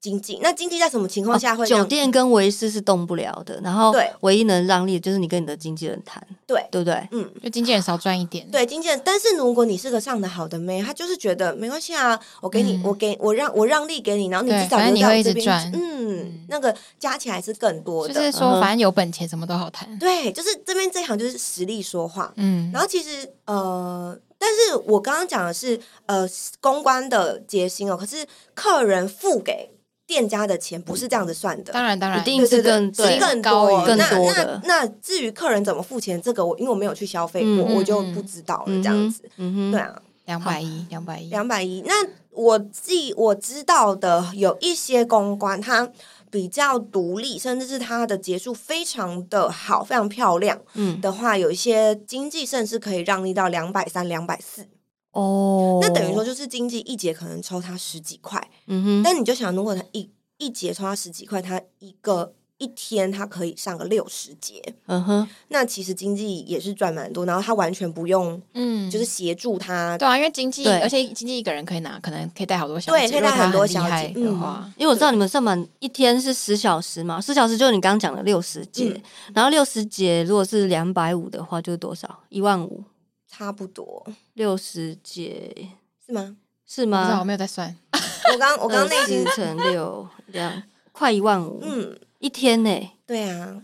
S3: 经济。那经济在什么情况下会
S2: 哦
S3: 让、
S2: 酒店跟维士是动不了的，然后
S3: 对
S2: 唯一能让利的就是你跟你的经纪人谈，
S3: 对
S2: 对不对？
S3: 嗯，
S1: 就经纪人少赚一点。
S3: 对，经纪人。但是如果你是个上的好的妹，她就是觉得没关系啊，我给你，
S1: 嗯
S3: 我给我让我让利给你，然后你
S1: 对
S3: 至少
S1: 反正
S3: 留
S1: 你
S3: 在
S1: 会
S3: 我
S1: 一
S3: 这
S1: 直
S3: 边
S1: 赚，
S3: 嗯，那个加起来是更多的。
S1: 就是
S2: 嗯
S1: 说，
S2: 哼
S1: 反正有本钱什么都好谈。
S3: 对，就是这边这一行就是实力说话。
S1: 嗯，
S3: 然后其实呃，但是我刚刚讲的是呃公关的结薪哦，可是客人付给店家的钱不是这样子算的。
S1: 当然当然
S2: 一定
S3: 对对
S2: 是
S3: 对
S2: 更
S3: 是
S2: 对
S3: 更
S1: 高
S3: 多
S1: 于
S2: 更多
S3: 那
S2: 的
S3: 那那至于客人怎么付钱，这个我因为我没有去消费
S2: 嗯
S3: 过，
S1: 嗯
S3: 我就
S1: 嗯
S3: 不知道了。
S2: 嗯哼
S3: 哦这样子，
S2: 嗯哼，
S3: 对啊，
S1: 两百一，两百一，
S3: 两百一。那我记我知道的有一些公关，他比较独立，甚至是他的结束非常的好，非常漂亮
S2: 嗯，
S3: 的话，有一些经济甚至可以让利到两百三、两百四。
S2: 哦，
S3: 那等于说，就是经济一节可能抽他十几块，
S2: 嗯哼，
S3: 但你就想，如果他一一节抽他十几块，他一个一天他可以上个六十节，
S2: 嗯哼，
S3: 那其实经济也是赚蛮多，然后他完全不用
S1: 嗯，
S3: 就是协助他，
S1: 对啊，因为经济，
S2: 对
S1: 而且经济一个人可以拿，可能可以带好多小
S3: 对
S1: 姐
S3: 可以带
S1: 如果他
S3: 很多
S1: 厉
S3: 小姐
S1: 害的
S3: 嗯
S1: 话，
S2: 因为我知道你们上满一天是十小时嘛，十小时就是你刚刚讲的六十节，
S3: 嗯
S2: 然后六十节如果是两百五的话，就是多少？一万五，
S3: 差不多
S2: 六十节
S3: 是吗？
S2: 是
S1: 不
S3: 嗯
S1: 知道我
S2: 吗？
S1: 没有在算，
S3: 我刚我
S1: 嗯
S3: 刚内心
S2: 20乘六两，快一万五，
S3: 嗯，
S2: 一天呢、
S3: 对啊，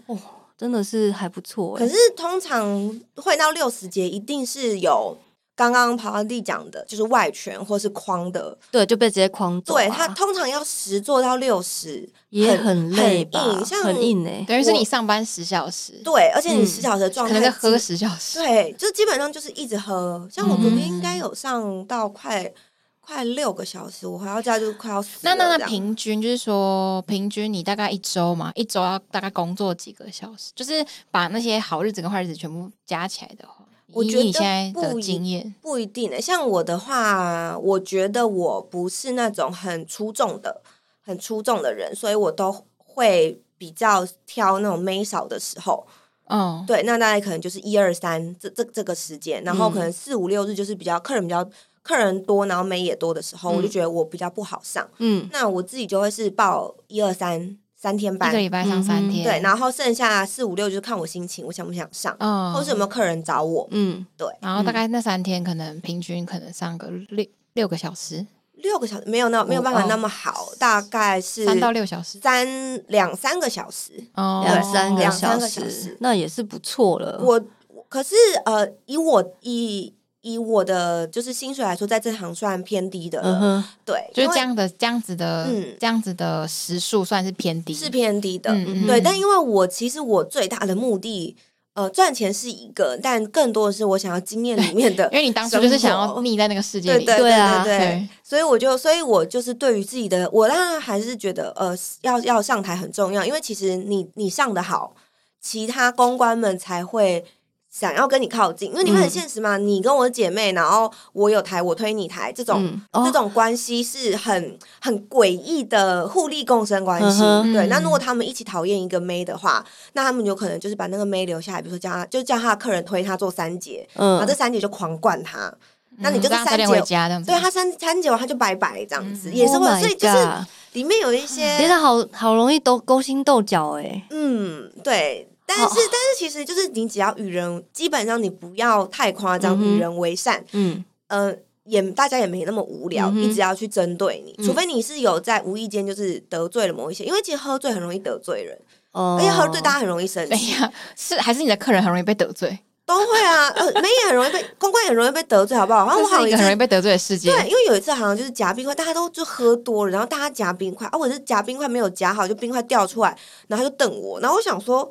S2: 真的是还不错、欸。
S3: 可是通常会到六十节，一定是有刚刚跑到地讲的，就是外圈或是框的，
S2: 对，就被直接框走、啊。
S3: 对他通常要十做到六十，
S2: 也
S3: 很
S2: 很累吧，
S3: 很硬像
S2: 很硬哎、
S1: 等于是
S3: 我
S1: 你上班十小时，
S3: 对，啊而且你
S2: 嗯
S3: 十小时的状
S1: 可
S3: 态
S1: 能在喝
S3: 基
S1: 十小时，
S3: 对，就基本上就是一直喝。像我昨天应
S1: 嗯
S3: 该有上到快、快六个小时，我回到家就快要死
S1: 那
S3: 了
S1: 那
S3: 这
S1: 那
S3: 样
S1: 平均就是说，平均你大概一周嘛，一周要大概工作几个小时？就是把那些好日子跟坏日子全部加起来的话，
S3: 我
S1: 以
S3: 觉
S1: 你
S3: 得
S1: 现在
S3: 不
S1: 的
S3: 一
S1: 经验，
S3: 不一定、欸。像我的话，我觉得我不是那种很出众的、很出众的人，所以我都会比较挑那种妹少的时候。
S1: 嗯，
S3: 对，那大概可能就是一二三这这这个时间，然后
S2: 嗯
S3: 可能四五六日就是比较客人比较客人多，然后妹也多的时候，我就
S2: 嗯
S3: 觉得我比较不好上。
S2: 嗯，
S3: 那我自己就会是报一二三三天
S1: 一
S3: 班
S1: 个，礼拜上三
S2: 嗯
S1: 天，
S3: 对，然后剩下四五六就是看我心情，我想不想上，
S1: 嗯，
S3: 或是有没有客人找我。
S2: 嗯，
S1: 然后大概那三天可能平均可能上个六六个小时，
S3: 六个小时没有那没有办法那么好，大概是
S1: 哦三到六小时，
S3: 三两三个小时。
S1: 哦，
S2: 两三个
S3: 两
S2: 小
S3: 三个小
S2: 时
S3: 时，
S2: 那也是不错了。
S1: 嗯
S3: 我可是呃，以我以以我的就是薪水来说，在这行算偏低的
S2: 嗯
S3: 了，
S2: 哼，
S3: 对，
S1: 就是
S3: 因为
S1: 这样的这样子的、
S3: 嗯
S1: 这样子的时数算是偏低，
S3: 是偏低的。
S1: 嗯
S3: 对，但因为我其实我最大的目的，呃，赚钱是一个，但更多的是我想要经验里面的
S1: 因为你当初就是想
S3: 生
S1: 要
S3: 活
S1: 腻在那个世界
S3: 对
S1: 里，
S3: 对
S2: 对啊
S3: 对
S1: 对
S3: 所以我就，所以我就是对于自己的，我当然还是觉得，呃，要要上台很重要，因为其实你你上的好，其他公关们才会想要跟你靠近，因为你们很
S2: 嗯
S3: 现实嘛，你跟我姐妹，然后我有台，我推你台，这种、
S2: 嗯哦
S3: 这种关系是很很诡异的互利共生关系。
S2: 嗯
S1: 哼
S3: 对，
S1: 嗯
S3: 那如果他们一起讨厌一个妹的话，那他们有可能就是把那个妹留下来，比如说叫他，就叫他的客人推他做三节，然后这
S2: 嗯，
S3: 三节就狂灌他。那你
S1: 嗯
S3: 就是
S1: 让他
S3: 三
S1: 早点
S3: 节
S1: 回家这样子，
S3: 对他三三节完他就拜拜这样子，也是
S2: Oh
S3: 会，
S2: my
S3: 所以就是呃
S2: God
S3: 里面有一
S2: 天
S3: 些
S2: 哪，好好容易斗勾心斗角哎，
S3: 嗯，对。但是
S2: 好
S3: 但是其实就是你只要与人，基本上你不要太夸张，
S2: 嗯哼
S3: 与人为善，
S2: 嗯
S3: 呃，也大家也没那么无聊，
S2: 嗯哼
S3: 一直要去针对你，
S2: 嗯
S3: 除非你是有在无意间就是得罪了某一些，因为其实喝醉很容易得罪人，
S2: 哦
S3: 而且喝醉大家很容易生
S1: 等
S3: 气
S1: 一，下，哎是还是你的客人很容易被得罪？
S3: 都会啊，呃，妹也很容易被，公关也很容易被得罪，好不好？然后我
S1: 这
S3: 好像
S1: 是一
S3: 一
S1: 个
S3: 次
S1: 很容易被得罪的世界。
S3: 对，因为有一次好像就是夹冰块，大家都就喝多了，然后大家夹冰块，啊，我是夹冰块没有夹好，就冰块掉出来，然后他就瞪我，然后我想说，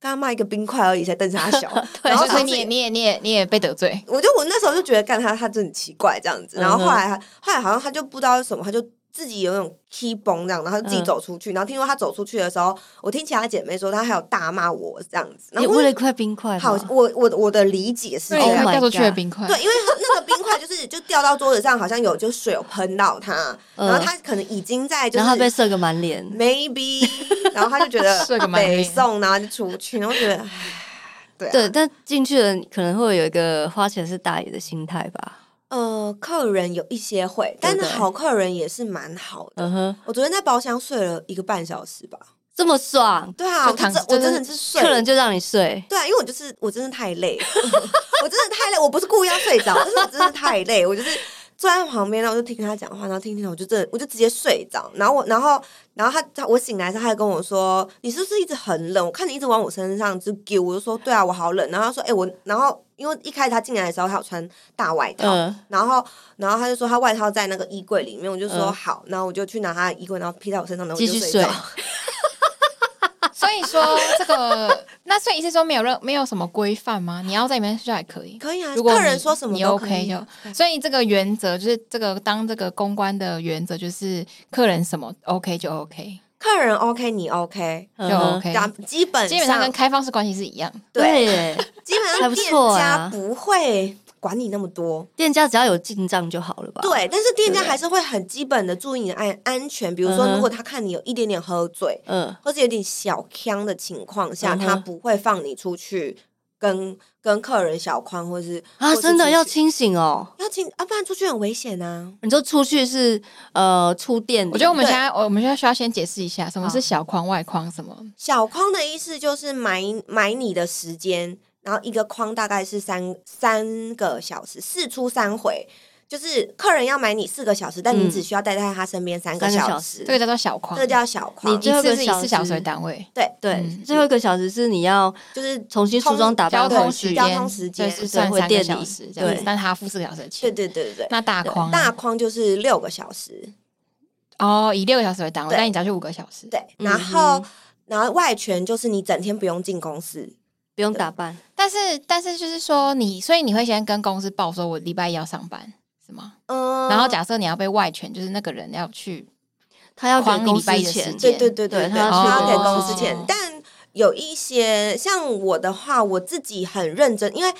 S3: 刚刚骂一个冰块而已，才瞪他小，然
S1: 所
S3: 后
S1: 以
S3: 上
S1: 你
S3: 次
S1: 也你也你也你也被得罪，
S3: 我就我那时候就觉得干他，他真的很奇怪这样子，然后
S2: 嗯哼
S3: 后来他后来好像他就不知道是什么，他就。自己有那种 key 崩这样，然后他就自己
S2: 嗯
S3: 走出去，然后听说他走出去的时候，我听其他姐妹说他还有大骂我这样子，然
S2: 你
S3: 后
S2: 为
S3: 我
S2: 了一
S3: 就
S2: 块冰块吗，
S3: 好，我我我的理解是
S1: 对，
S3: 这
S2: Oh
S1: 一
S3: 样
S1: 块，掉
S2: my
S1: 出去的
S2: God
S1: 冰块，
S3: 对，因为它那个冰块就是 就掉到桌子上，好像有就水有喷到它，
S2: 嗯
S3: 然后他可能已经在就
S2: 然
S3: 是
S2: 后他被射个满脸，
S3: maybe，然后他就觉
S1: 睡个
S3: 得
S1: 满脸
S3: 北宋，然后就出去，然后觉得唉对、啊、
S2: 对，，但进去了可能会有一个花钱是大爷的心态吧，
S3: 呃，客人有一些会，但是
S2: 对
S3: 好客人也是蛮好的。
S2: 嗯哼，
S3: 我昨天在包厢睡了一个半小时吧，
S2: 这么爽，
S3: 对啊，
S1: 就
S3: 我
S1: 躺
S3: 真我真的
S1: 就是
S3: 睡
S2: 客人就让你睡，
S3: 对啊，因为我就是我真的太累了， 我真的太累，我不是故意要睡着，但是我真的太累，我就是坐在旁边，然后我就听他讲话，然后听听，我就真的我就直接睡着，然后我然后然后他他我醒来的时候，他还跟我说你是不是一直很冷？我看你一直往我身上就丢，我就说对啊，我好冷。然后他说哎、我，然后因为一开始他进来的时候，他有穿大外套，
S2: 嗯，
S3: 然后，然后他就说他外套在那个衣柜里面，我就说
S2: 嗯
S3: 好，然后我就去拿他的衣柜，然后披在我身上，然后
S2: 继
S3: 我就
S2: 续
S3: 睡
S2: 睡
S3: 着。，
S1: 所以说这个，那所以意思说没有任没有什么规范吗？你要在里面睡还可以，
S3: 可以啊，
S1: 如果
S3: 客人
S1: 你
S3: 说什么
S1: 你
S3: 都可
S1: OK
S3: 以
S1: 就
S3: 啊，
S1: 所以这个原则就是这个当这个公关的原则就是客人什么 OK 就 OK
S3: 客人 OK 你哦 OK，
S2: 嗯
S1: 就
S2: 哼
S1: OK，
S3: 然后啊基本
S2: 嗯
S1: 基本上跟开放式关系是一样的。
S3: 对
S2: 对耶，
S3: 基本
S2: 还
S3: 上
S2: 不
S3: 店
S2: 错
S3: 家
S2: 啊
S3: 不会管你那么多。
S2: 店家只要有进账就好了 吧？
S3: 对，但是店家
S2: 对
S3: 还是会很基本的注意你的安安全，比如
S2: 嗯
S3: 说，
S2: 哼
S3: 如果他看你有一点点喝醉，
S2: 嗯，
S3: 或是有点小呛的情况下，
S2: 嗯哼
S3: 他不会放你出去跟跟客人小框，或是
S2: 啊，
S3: 或是
S2: 真
S3: 出
S2: 的
S3: 去
S2: 要清醒哦。
S3: 要请啊，不然出去很危险啊。
S2: 你说出去是呃出店里，
S1: 我觉得我们
S3: 对
S1: 现在，我们现在需要先解释一下什么
S2: 好
S1: 是小框、外框什么。
S3: 小框的意思就是买买你的时间，然后一个框大概是三三个小时，四出三回，就是客人要买你四个小时，但
S2: 嗯
S3: 你只需要待在他身边三个
S2: 三个
S3: 小
S2: 小
S3: 时，
S1: 这个叫做小框
S3: 这个，叫小框
S2: 你，
S1: 一
S2: 最后一
S1: 次
S2: 个
S1: 是以四小
S2: 小时
S1: 时为单位，
S2: 对
S1: 嗯，
S2: 最后一个小时是你要
S3: 就是
S2: 重新梳妆打扮
S1: 交
S2: 回
S1: 通
S3: 通
S1: 时
S3: 时
S2: 去，
S3: 间
S1: 间
S3: 对
S1: 是
S3: 是
S1: 算
S2: 会
S1: 三
S2: 店
S1: 个
S2: 里
S1: 小时这样子
S2: 对，
S1: 但他付四个小时的
S3: 对
S1: 钱。
S3: 对对对对，
S1: 那大框呢
S3: 大框就是六个小时，
S1: 哦，以六个小时为单位，
S3: 对
S1: 但你只要去五个小时。
S3: 对，
S2: 嗯
S3: 然后、
S2: 嗯
S3: 然后外权就是你整天不用进公司，
S2: 不用打扮，
S1: 但是但是就是说你，所以你会先跟公司报说，我礼拜一要上班，是吗？
S3: 嗯，
S1: 然后假设你要被外权，就是那个人要去，
S2: 他要给
S1: 框
S2: 公
S1: 你礼拜
S2: 司
S1: 一的时
S2: 钱，
S1: 间
S3: 对对对
S2: 对
S3: 对，
S2: 他要
S3: 他
S1: 去
S3: 要给
S1: 公
S3: 公
S1: 司
S3: 司钱
S1: 钱，
S3: 但有一些像我的话，我自己很认真，因为。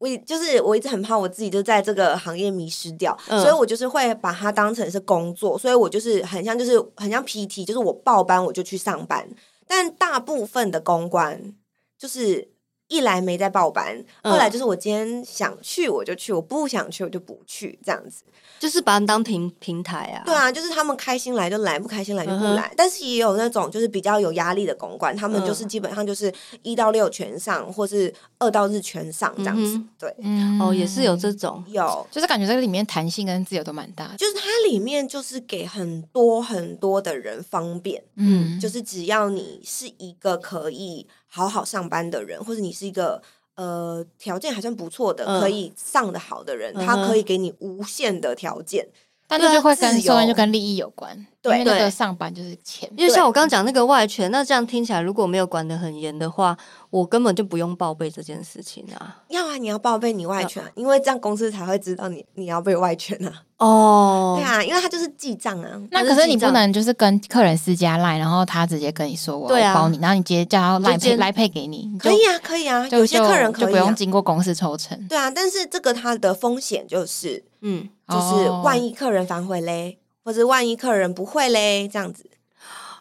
S3: 我也就是我一直很怕我自己就在这个行业迷失掉，
S2: 嗯
S3: 所以我就是会把它当成是工作，所以我就是很像就是很像 PT，就是我报班我就去上班。但大部分的公关就是一来没在报班，
S2: 嗯
S3: 二来就是我今天想去我就去，我不想去我就不去这样子。
S2: 就是把它当平平台啊。
S3: 对啊，就是他们开心来就来，不开心来就不
S2: 嗯哼
S3: 来。但是也有那种就是比较有压力的公关，他们就是
S2: 嗯
S3: 基本上就是一到六全上，或是二到日全上这样子。
S2: 嗯
S3: 对，
S1: 嗯
S2: 哦，也是有这，种，
S3: 有。
S1: 就是感觉这个里面弹性跟自由都蛮大的。
S3: 就是它里面就是给很多很多的人方便，
S1: 嗯，
S3: 就是只要你是一个可以好好上班的人，或者你是一个呃条件还算不错的，
S2: 嗯
S3: 可以上的好的人，
S2: 嗯
S3: 他
S2: 哼
S3: 可以给你无限的条件。
S1: 但这就会跟
S3: 自由
S1: 说就跟利益有关，
S3: 对
S1: 因为那
S2: 对
S1: 个上班就是钱。
S2: 因为
S3: 对
S2: 像我刚刚讲那个外权，那这样听起来如果没有管得很严的话，我根本就不用报备这件事情啊。
S3: 要啊，你要报备你外
S2: 嗯
S3: 权啊，因为这样公司才会知道你你要被外权啊。
S2: 哦
S3: 对，啊，因为他就是记账啊。
S1: 那
S2: 它
S1: 可
S2: 是
S1: 是你
S2: 记
S1: 不
S2: 账
S1: 能就是跟客人私加赖，然后他直接跟你说我
S2: 对啊
S1: 我包你，然后你直接叫他
S2: 就
S1: 赖
S2: 直接
S1: 配赖配给你，你就
S3: 可以啊，可以啊，
S1: 就
S3: 有些
S1: 就
S3: 客人可以、啊、
S1: 就不用经过公司抽成。
S3: 对啊，但是这个它的风险就是，
S2: 嗯，
S3: 就是
S1: 哦
S3: 万一客人反悔嘞，或者万一客人不会嘞，这样子。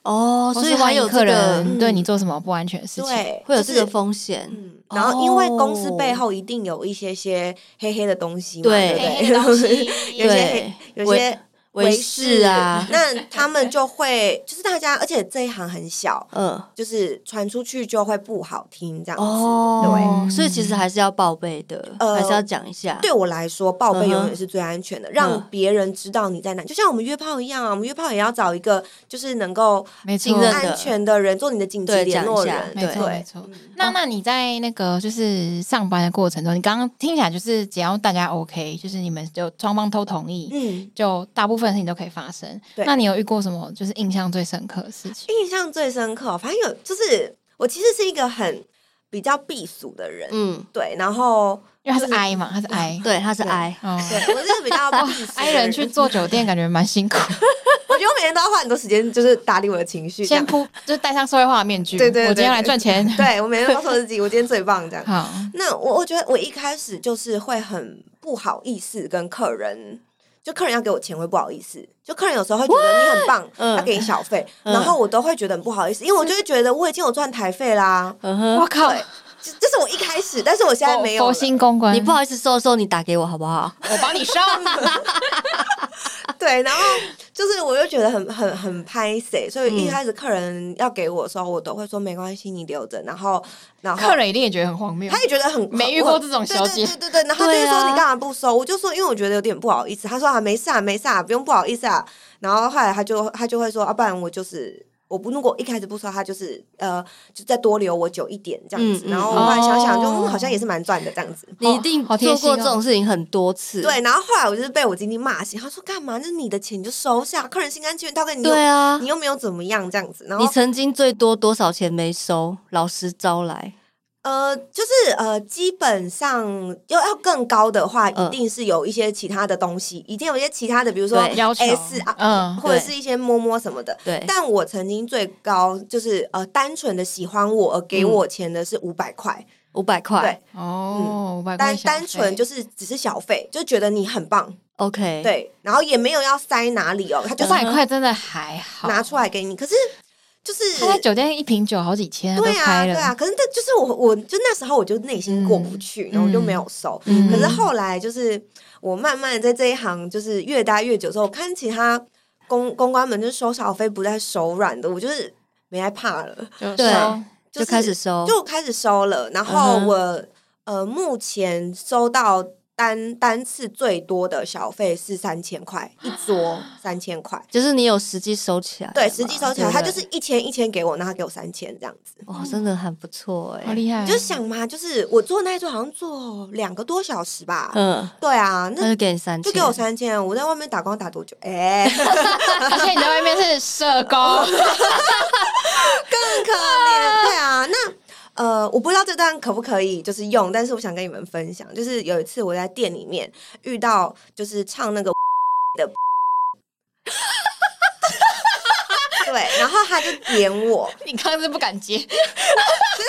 S2: 哦，
S1: 或
S2: 所以
S1: 是
S2: 还
S1: 万一
S2: 有
S1: 客
S2: 这个
S1: 人
S3: 嗯
S1: 对你做什么不安全的事情，
S3: 对，
S2: 会有
S3: 就
S2: 这
S3: 是
S2: 个。风险，
S3: 嗯，然后因为公司
S2: 哦
S3: 背后一定有一些些黑黑的东西嘛，
S2: 对
S3: 对不对？ 有些
S2: 对
S3: 黑，有
S2: 维
S3: 些
S2: 维氏啊，
S3: 那他们就会就是大家，而且这一行很小，
S2: 嗯，
S3: 就是传出去就会不好听这样子。
S2: 哦，
S1: 对
S2: 所以其实还是要报备的，
S3: 呃
S2: 还是要讲一下，
S3: 对我来说，报备永
S2: 嗯哼
S3: 远是最安全的，
S2: 嗯
S3: 让别人知道你在哪。就像我们约炮一样啊，我们约炮也要找一个就是能够
S1: 没
S2: 信
S1: 错，
S2: 任
S3: 安全的人做你的紧急
S2: 对
S3: 联络
S2: 讲一下
S3: 人。
S1: 没错，
S3: 对
S1: 没错。那那你在那个就是上班的过程中，你刚刚听起来就是只要大家 OK，就是你们就双方都同意，
S3: 嗯，
S1: 就大部分事情都可以发生。
S3: 对
S1: 那你有遇过什么就是印象最深刻的事情？
S3: 印象最深刻哦，反正有就是我其实是一个很比较避俗的人，
S2: 嗯，
S3: 对，然后
S1: 因为他
S3: 就是
S1: I 嘛，他是 I，
S2: 对，他是
S3: 对
S2: I，
S1: 哦，
S3: 对我是比较避俗
S1: i 人去做酒店感觉蛮辛 苦，
S3: 我觉得我每天都要花很多时间，就是打理我的情绪。这
S1: 先
S3: 样
S1: 铺就是戴上社会化的面具，
S3: 对对对
S1: 我今天要来赚钱，
S3: 对我每天都告诉我自己，我今天最棒这样。
S1: 好，
S3: 那我我觉得我一开始就是会很不好意思跟客人，就客人要给我钱会不好意思，就客人有时候会觉得你很棒，
S2: 嗯
S3: 他给你小费，
S2: 嗯
S3: 然后我都会觉得很不好意思，因为我就会觉得我已经有赚台费啦。
S2: 嗯哼
S1: 我，靠，
S3: 呃对这这是我一开始，但是我现在没有
S1: 佛
S3: 了。
S1: 心公关，
S2: 你不好意思哦收的时候，你打给我好不好？
S1: 我帮你 上，
S3: 对，然后就是我就觉得很很很拍谁，所以一开始客人要给我的时候，我都会说没关系，你留着。然后然后
S1: 客人一定也觉得很荒谬
S3: 他。也觉得很
S1: 没遇过这种小姐
S3: 对对对对对，然后他就
S2: 对
S3: 会
S2: 啊
S3: 说你干嘛不收？我就说因为我觉得有点不好意思。他说啊没事啊没事啊，不用不好意思啊。然后后来他就他就会说啊，不然我就是我不如果一开始不收，他就是呃就再多留我久一点这样子。
S2: 嗯嗯
S3: 然后我后来想想就、
S1: 哦
S3: 嗯好像也是蛮赚的这样子。
S2: 你一定
S1: 好
S2: 做
S1: 贴心
S2: 过
S1: 哦
S2: 这种事情很多次，
S3: 对，然后后来我就是被我经理骂醒，他说干嘛？就是你的钱你就收下，客人心甘情愿掏给你，
S2: 对啊
S3: 哦你，又没有怎么样这样子。然后
S2: 你曾经最多多少钱没收？老师招来，
S3: 呃，就是呃，基本上要要更高的话，
S2: 嗯
S3: 一定是有一些其他的东西，一定有一些其他的，比如说
S2: 对
S1: 要求
S3: S 啊，
S1: 嗯，
S3: 或者
S2: 对
S3: 是一些摸摸什么的。
S2: 对，
S3: 但呃
S1: 嗯
S3: 我曾经最高就是呃，单纯的喜欢我而给我钱的是五百块，
S2: 五百块
S3: 对
S1: 哦，五百块
S3: 嗯单
S1: 小
S3: 单纯
S1: 费
S3: 就是只是小费，就觉得你很棒，
S2: ，OK，，
S3: 对，然后也没有要塞哪里哦，他就
S1: 五
S3: 是
S1: 百块真的还好，
S3: 拿出来给你。可是就是
S1: 他在酒店一瓶酒好几千，他
S3: 对
S1: 都
S3: 啊，
S1: 开
S3: 对
S1: 了，
S3: 啊，可是那就是我，我就那时候我就内心过不去，然后我就没有收。
S2: 嗯
S3: 可是后来就是我慢慢在这一行就是越待越久之后，我看其他公公关们就是收小费不再手软的，我就是没害怕了，
S1: 就
S2: 对
S1: 收
S3: 就
S2: 就是开始收，
S3: 就开始收了。然后
S2: 哦嗯哼
S3: 我、呃，目前收到单单次最多的小费是三千块一桌，三千 块。
S2: 就是你有实际收起来了嘛，
S3: 对，实际收起
S2: 对
S3: 来，
S2: 不
S3: 他就
S2: 对
S3: 是一千一千给我，然后他给我三千这样子。
S2: 哇，真的很不错哎、
S1: 好厉害，啊
S3: 你就想嘛，就是我做那一桌好像做两个多小时吧。
S2: 嗯，
S3: 对啊，
S2: 那
S3: 那
S2: 就给你三千，
S3: 就给我三千。我在外面打工打多久？ 哎、
S1: 而且你在外面是社工，
S3: 更可怜。对啊，那呃，我不知道这段可不可以就是用，但是我想跟你们分享，就是有一次我在店里面遇到，就是唱那个的。对，然后他就点我，
S1: 你刚刚是不敢接，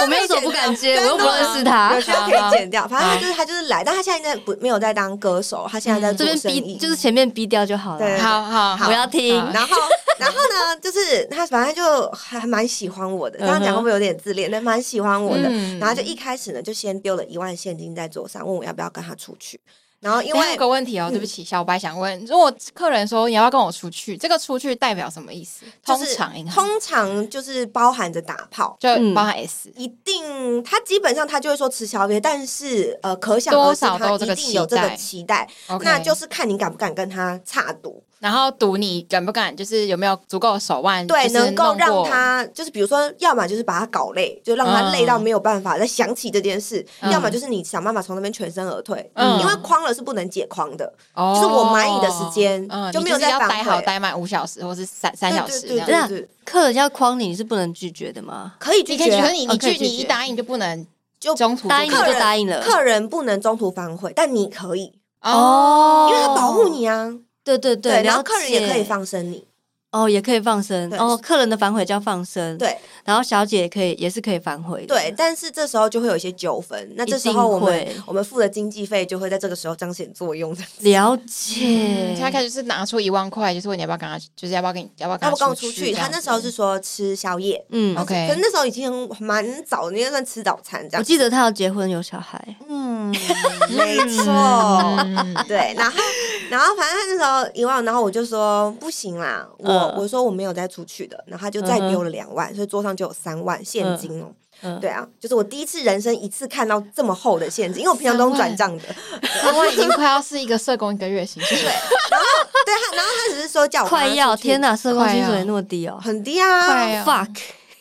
S2: 我没有什么不敢接，
S3: 真
S2: 我又
S3: 的
S2: 不认识他
S3: 有。些可以剪掉。反正他
S1: 好
S3: 就是他就是来，但他现在在不没有在当歌手，他现在在
S1: 嗯
S2: 这
S3: 做
S2: 边
S3: 生意，
S2: 逼就是前面逼掉就好
S3: 对
S2: 了。
S1: 好好
S2: 我要听
S1: 好
S3: 然后，然后呢，就是他反正就还还蛮喜欢我的，这样讲会不会有点自恋？但蛮喜欢我的。
S1: 嗯
S3: 然后就一开始呢，就先丢了一万现金在桌上，问我要不要跟他出去。然后因
S1: 因为
S3: 为嗯
S1: 有个问题哦，对不起，小白想问，如果客人说你要不要跟我出去，这个出去代表什么意思？
S3: 就
S1: 通
S3: 是
S1: 常银行
S3: 通常就是包含着打炮，
S1: 就包含 S，
S3: 一定他基本上他就会说吃宵夜，但是呃，可想
S1: 多
S3: 而知
S1: 少都
S3: 他
S1: 有这个
S3: 一定有这个期待，
S1: OK
S3: 那就是看你敢不敢跟他差赌，
S1: 然后赌你敢不敢，就是有没有足够的手腕，
S3: 对，
S1: 就是
S3: 能够
S1: 弄
S3: 让
S1: 过
S3: 他就是比如说，要么就是把他搞累，就让他累到
S1: 嗯
S3: 没有办法再想起这件事；
S1: 嗯
S3: 要么就是你想办法从那边全身而退，
S1: 嗯
S3: 因为框了是不能解框的。
S1: 哦
S3: 就是我蚂蚁的时间
S1: 嗯，
S3: 就没有
S1: 你是要
S3: 再反
S1: 待好
S3: 悔
S1: 待满五小时或是三三小时这
S3: 对对
S1: 样子。
S3: 对对
S2: 样
S3: 对，
S2: 客人要框你，你是不能拒绝的吗？
S3: 可以拒
S1: 你可以
S3: 绝
S1: 拒，
S3: 啊，
S1: 可是你
S2: 哦
S1: 你
S2: 可以
S1: 拒
S2: 拒
S1: 你一
S2: 绝
S1: 答应就不能
S3: 哦就
S1: 中途
S2: 答应你
S1: 不
S3: 客
S1: 可以
S2: 就
S3: 人
S2: 答应了。
S3: 客人不能中途反悔，但你可以，
S1: 哦，
S3: 因为他保护，你啊。
S2: 对对
S3: 对，
S2: 对，
S3: 然后
S2: 了
S3: 客人也可以
S2: 解
S3: 放生你。
S2: 哦，也可以放生
S3: 对
S2: 哦。客人的反悔叫放生，，
S3: 对
S2: 然后小姐也可以也是可以反悔
S1: 嗯
S2: 的，
S3: 对，但是这时候就会有一些纠纷，那这时候我
S2: 一
S3: 们
S2: 定会
S3: 我们付的经济费就会在这个时候彰显作用。
S2: 了
S1: 嗯
S2: 解
S1: 所以。他开始是拿出一万块，就是问你要不要跟他，就是要不要跟你要不要
S3: 他
S1: 跟
S3: 不跟我出
S1: 出
S3: 去，
S1: 这
S3: 他
S1: 样
S3: 那时候
S1: 子
S3: 是说吃宵夜。
S2: 嗯
S1: OK
S3: 可是那时候已经蛮早，应该算吃早餐
S2: 我
S3: 这样。
S2: 记得她要结婚有小孩，
S3: 嗯，没错，
S1: 嗯
S3: 对。然后，然后反正他那时候一万，然后我就说不行啦，我、
S2: 嗯
S3: 我说我没有再出去的，然后他就再
S2: 嗯哼
S3: 丢了两万，所以桌上就有三万现金哦、
S2: 嗯
S3: 对啊，就是我第一次人生一次看到这么厚的现金，因为我平常都用转 账的。
S1: 三万已经快要是一个社工一个月薪水，
S3: 然后对他，然后他只是说叫我
S2: 快要天
S3: 哪，
S2: 哪，社工薪
S1: 快要
S2: 水那么低哦
S3: 很低啊，
S1: 快要
S2: ，fuck，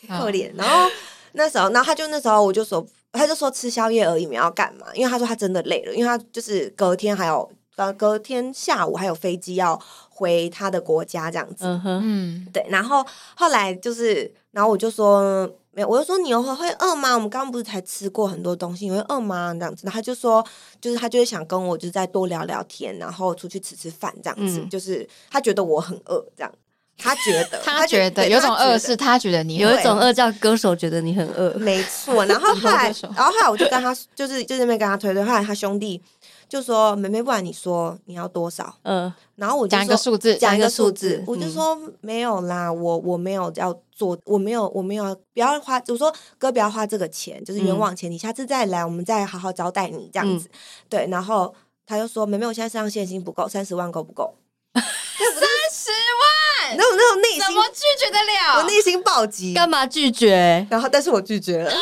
S1: 哦
S3: 可怜。然后那时候，然后他就那时候我就说，他就说吃宵夜而已，你们要干嘛？因为他说他真的累了，因为他就是隔天还有呃隔天下午还有飞机要回他的国家这样子。
S2: 嗯哼，
S1: 嗯，
S3: 对，然后后来就是，然后我就说没有，我就说你会会饿吗？我们刚刚不是才吃过很多东西，你会饿吗？这样子，然后他就说，就是他就会想跟我就再多聊聊天，然后出去吃吃饭这样子，
S2: 嗯
S3: 就是他觉得我很饿这样。他觉 得，
S1: 他觉得
S3: 对
S1: 有
S3: 他
S1: 种
S3: 觉
S1: 恶
S3: 得
S1: 是他觉得你
S2: 有一种
S3: 对
S2: 饿叫歌手觉得你很饿，
S3: 没错，然后后
S1: 我
S3: 来
S1: 就说，
S3: 然后后来我就跟他，就是就在那边跟他推推，后来他兄弟就说：“妹妹，不然你说你要多少
S2: 嗯，？”
S3: 然后我就
S1: 讲一个
S3: 说
S1: 数字，
S3: 讲一个
S2: 讲
S3: 数
S2: 一
S3: 字
S2: 个数字，
S3: 我就说没有啦，我我没有要做，我没有我没有要不要花，我说哥不要花这个钱，就是冤枉钱，你下次再来，我们再好好招待你这样子。对，然后他就说：“妹妹，我现在身上现金不够，三十万够不够
S1: 十万？”
S3: 那种那种内
S1: 怎
S3: 心，
S1: 么拒绝得了？
S3: 我内心暴击，
S2: 干嘛拒绝？
S3: 然后但是我拒绝了。
S1: 啊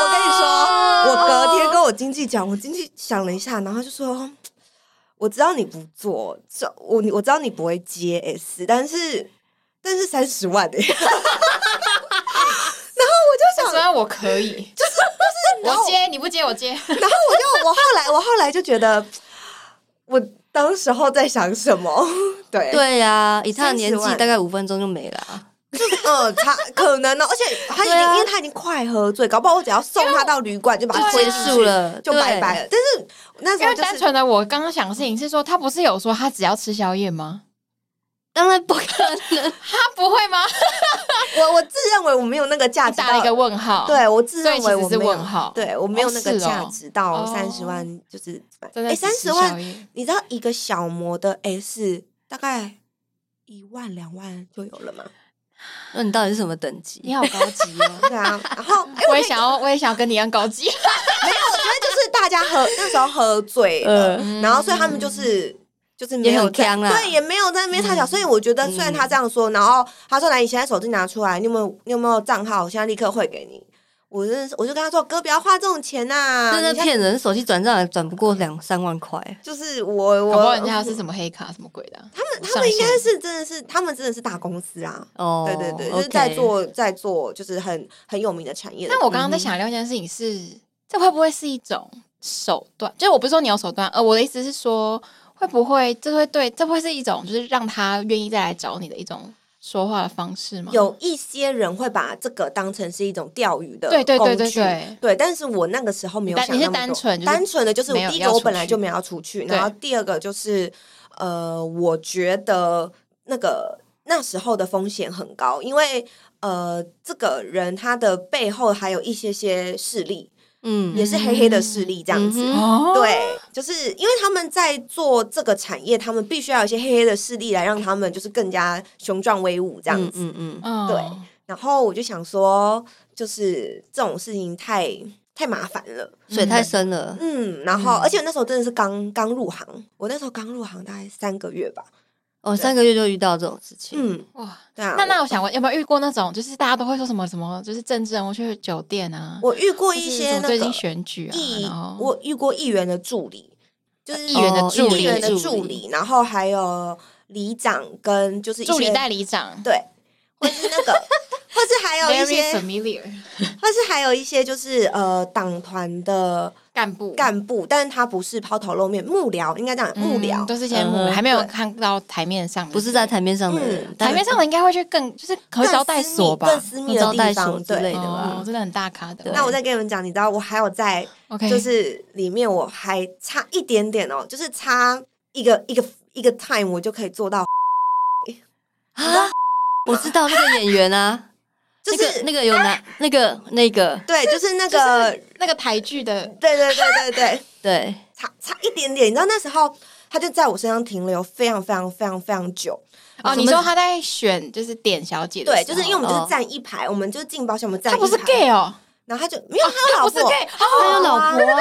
S3: 我跟你说，我隔天跟我经纪讲，我经纪想了一下，然后就说：“我知道你不做，这我我知道你不会接 S，但是但是三十万的、欸。” 然后我就
S1: 虽
S3: 想，
S1: 然我可以， 就是就是
S3: 然后
S1: 我接你不接我接，
S3: 然后我就我后来我后来就觉得，我当时候在想什么？ 对，
S2: 对呀，以他的年纪
S3: 30万
S2: 大概五分钟就没了啊，
S3: 嗯，他可能呢，而且他已经、
S2: 对啊
S3: 因为他已经快喝醉，搞不好我只要送他到旅馆就把他
S1: 对
S3: 推
S1: 啊
S2: 结
S3: 出
S2: 束
S3: 去
S2: 了
S3: 就拜拜。了。但是那时
S1: 因
S3: 候
S1: 为
S3: 就是
S1: 单纯的我刚刚想的事情是说，他不是有说他只要吃宵夜吗？
S2: 当然不可能，
S1: 他不会吗？
S3: 我我自认为我没有那个价值到，
S1: 打了一个问号。，
S3: 对我自
S1: 所以
S3: 认
S1: 其
S3: 为
S1: 实
S3: 我
S1: 是
S3: 没有
S1: 问号
S3: 对我没有那个
S1: 哦是哦
S3: 价值到
S1: 哦
S3: 三十万，就是
S1: 真的
S3: 哎，
S1: 是
S3: 三十
S1: 吃
S3: 万
S1: 宵夜
S3: 你知道一个小模的 S 大概一万两万就有 了嘛？
S2: 那你到底是什么等级？
S1: 你好高级哦！
S3: 对啊，然后哎，
S1: 我
S3: 我
S1: 也
S3: 也
S1: 想要，我也想要跟你一样高级。
S3: 那就是大家喝那时候喝醉了，
S1: 嗯
S3: 然后所以他们就是。就是没有
S2: 也
S3: 在
S2: 很呛啦嗯
S3: 对，也没有在那
S1: 嗯
S3: 边插脚，所以我觉得，虽然他这样说，然后他说：“来，你现在手机拿出来，你有没有你有没有账号？我现在立刻汇给你。”我认识，我就跟他说：“哥，不要花这种钱呐、
S2: 那
S3: 啊你
S2: 那
S3: 现在
S2: 骗人，手机转账也转不过两三万块。
S3: 就是我
S1: 我问
S3: 我
S1: 人家是什么黑卡什么鬼的啊，他们
S3: 他们应该是真的是，他们真的是大公司啊。
S2: 哦，
S3: 对对对，就
S2: OK
S3: 是在。做在做，就是很很有名的产业的。
S1: 但我刚刚在想另外一件事情是，这会不会是一种手段？就是我不是说你有手段，呃，我的意思是说，会不会这会对这会是一种就是让他愿意再来找你的一种说话的方式吗？
S3: 有一些人会把这个当成是一种钓鱼的
S1: 对对对对
S3: 工具
S1: 对
S3: 但是我那个时候没有
S1: 你
S3: 想
S1: 单
S3: 那么多，
S1: 你是单纯就是
S3: 单纯的就是
S1: 没有
S3: 第一
S1: 要
S3: 个
S1: 出
S3: 我
S1: 去
S3: 本来就没有要出去，
S1: 对
S3: 然后第二个就是呃，我觉得那个那时候的风险很高，因为呃，这个人他的背后还有一些些势力，
S2: 嗯
S3: 也是黑黑的势力这样子。
S2: 嗯哼
S1: 哦，
S3: 对，就是因为他们在做这个产业，他们必须要有一些黑黑的势力来让他们就是更加雄壮威武这样子。
S2: 嗯嗯嗯，
S1: 嗯
S3: 对然后我就想说，就是这种事情太太麻烦了。
S2: 水太深了。
S3: 嗯，然后、
S1: 嗯
S3: 而且那时候真的是刚刚入行，我那时候刚入行大概三个月吧。
S2: 哦，三个月就遇到这种事情。
S3: 嗯，
S1: 哇。
S3: 对啊。
S1: 那
S3: 我
S1: 那我想问，有没有遇过那种就是大家都会说什么什么，就是政治人物去酒店啊，
S3: 我遇过
S1: 或
S3: 一
S1: 是
S3: 些
S1: 什么
S3: 那
S1: 最近
S3: 个
S1: 选举啊，
S3: 议
S1: 然，后
S3: 我遇过议员的助理，就是
S1: 议员的
S2: 哦
S1: 助
S3: 议
S1: 理
S3: 员的
S2: 助
S3: 助
S2: 理
S3: 理，然后还有里长跟就是一
S1: 助理
S3: 些
S1: 代理长
S3: 对，或是那个，或是还有一
S1: ，very
S3: 些，
S1: familiar
S3: 或是还有一些就是呃党团的
S1: 干部
S3: 干部，但是他不是抛头露面，幕僚应该讲幕
S1: 嗯
S3: 僚。
S1: 都是一些
S2: 嗯
S1: 幕僚
S2: 哼
S1: 还没有
S3: 对
S1: 看到台面上的，
S2: 不是在台面上的人
S3: 嗯，
S2: 但
S1: 台面上的应该会去更就是可
S3: 更
S1: 招待
S3: 私密
S1: 所吧，
S3: 更私密的
S2: 招待
S3: 地
S2: 所
S3: 方，
S2: 之类
S3: 对
S2: 的。吧
S1: 哦，真的很大咖的。
S3: 那我再跟你们讲，你知道我还有在
S1: OK，
S3: 就是里面我还差一点点哦，就是差一个一个一个 time 我就可以做到，
S2: 啊，我知道那个演员啊，
S3: 就
S2: 那
S3: 是
S2: 个那个有拿那个那个
S3: 对，就是那个，
S1: 那个台剧的
S3: 对对对对对，
S2: 对，
S3: 差差一点点。你知道那时候他就在我身上停留非常非常非常非常久，
S1: 哦，
S2: 什么
S1: 你说他在选就是点小姐的时
S3: 对，
S1: 候，
S3: 就是因为我们就
S2: 哦
S3: 是站一排，我们就进保险，我们站
S1: 嗯他
S3: 一排。
S1: 不是 gay 哦，
S3: 然后他就没有他有
S1: 不
S3: 老
S1: 是
S3: 婆，
S1: gay，哦
S2: 他有老婆啊，
S1: 对哦，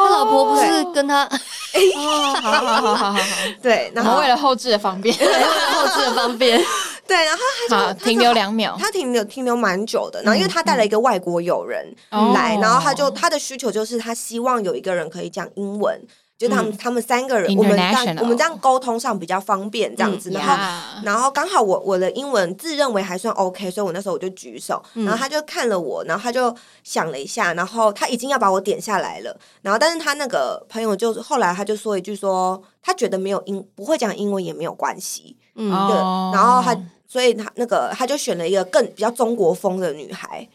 S2: 他老婆 不是跟 他
S1: 哦，好好好好好好，
S3: 对，
S1: 然
S3: 然
S1: 后
S3: 后
S1: 为了后置的方便，
S2: 后置的方 便，
S3: 对，然后
S1: 好停留两秒，
S3: 他停留停留蛮久的。然后因为他带了一个外国友人
S1: 嗯
S3: 来，
S1: 哦
S3: 然后他就他的需求就是他希望有一个人可以讲英文。就是他们、他们三个人，我们这样
S1: 嗯 International 嗯
S3: 我们这样沟通上比较方便，这样子。然后
S1: 呀
S3: 然后刚好我我的英文自认为还算 OK，所以我那时候我就举手，
S1: 嗯
S3: 然后他就看了我，然后他就想了一下，然后他已经要把我点下来了，然后但是他那个朋友就后来他就说一句说，他觉得没有英不会讲英文也没有关系，
S2: 嗯
S1: 哦
S3: 对，然后他所以他那个他就选了一个更比较中国风的女孩，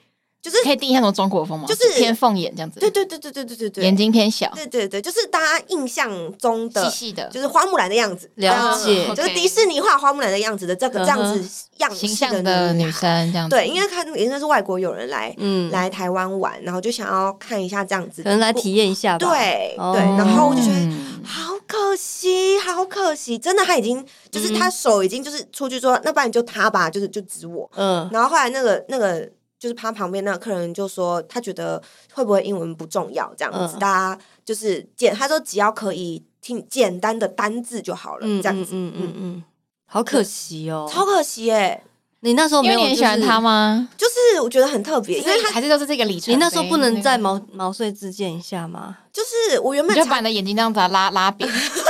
S3: 就是
S1: 可以定义那种中国风吗？
S3: 就是
S1: 偏凤眼这样子，
S3: 对对对对对对对
S1: 眼
S3: 对，
S1: 睛偏小，
S3: 对对对，就是大家印象中
S1: 细
S3: 的。
S1: 细的，
S3: 就是花木兰的样子，啊
S2: 了解
S3: 就是
S1: OK
S3: 迪士尼画花木兰的样子的这个这样
S2: 嗯
S3: 子样
S1: 形
S3: 式
S1: 象的女
S3: 孩
S1: 生这样子，嗯
S3: 对，因为看应该是外国友人来、
S2: 嗯，
S3: 来台湾玩，然后就想要看一下这样子，
S2: 可能来体验一下吧，
S3: 对、
S2: 哦
S3: 对，然后我就觉得。
S1: 得
S3: 好可惜，好可惜！真的，他已经就是
S1: 嗯
S3: 他手已经就是出去说，那不然就他吧，就是就指我。
S2: 嗯，
S3: 然后后来那个那个就是他旁边那个客人就说，他觉得会不会英文不重要这样子，
S2: 嗯
S3: 大家就是简，他说只要可以听简单的单字就好了，
S2: 嗯
S3: 这样子。
S2: 嗯嗯嗯，好可惜哦，
S3: 超可惜耶、
S2: 你那时候
S1: 因
S2: 没
S1: 为
S2: 有
S1: 你很喜欢
S2: 就是
S1: 他吗？
S3: 就是我觉得很特别，因为他
S1: 还是就是这个里程碑，
S2: 你那时候不能
S1: 在
S2: 在毛毛遂自荐一下吗？
S3: 就是我原
S1: 你
S3: 本
S1: 就
S3: 常
S1: 把你的眼睛这样子啊拉拉扁。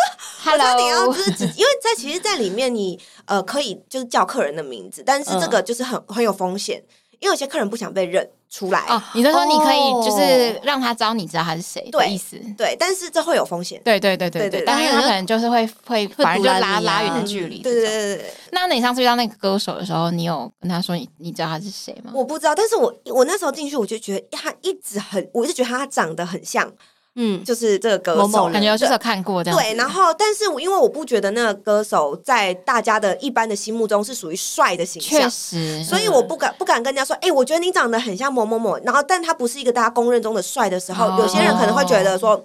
S3: 我差点要
S1: Hello，
S3: 就是只，因为在其实，在里面你呃可以就是叫客人的名字，但
S1: 嗯
S3: 是这个就是很很有风险，因为有些客人不想被认出来，
S1: 哦，你就说你可以就是让他知道你知道他是谁的
S3: 对
S1: 意思。
S3: 对，但是这会有风险。
S1: 对对对对
S3: 对
S1: 对，
S3: 对
S1: 但是
S2: 当然
S1: 他可能就是会会反正就
S2: 阻
S1: 拉
S2: 拦你啊
S1: 拉远的距离。
S3: 嗯对对。对对对，
S1: 那你上次遇到那个歌手的时候，你有跟他说你你知道他是谁吗？
S3: 我不知道，但是我我那时候进去，我就觉得他一直很，我一直觉得他长得很像
S2: 嗯，
S3: 就是这个歌手，
S2: 某某人
S1: 感觉就是有看过这样子。
S3: 对，然后但是我因为我不觉得那个歌手在大家的一般的心目中是属于帅的形
S1: 确
S3: 象，
S1: 实，
S3: 所以我不敢不敢跟人家说，哎、我觉得你长得很像某某某，然后但他不是一个大家公认中的帅的时候，
S1: 哦
S3: 有些人可能会觉得说，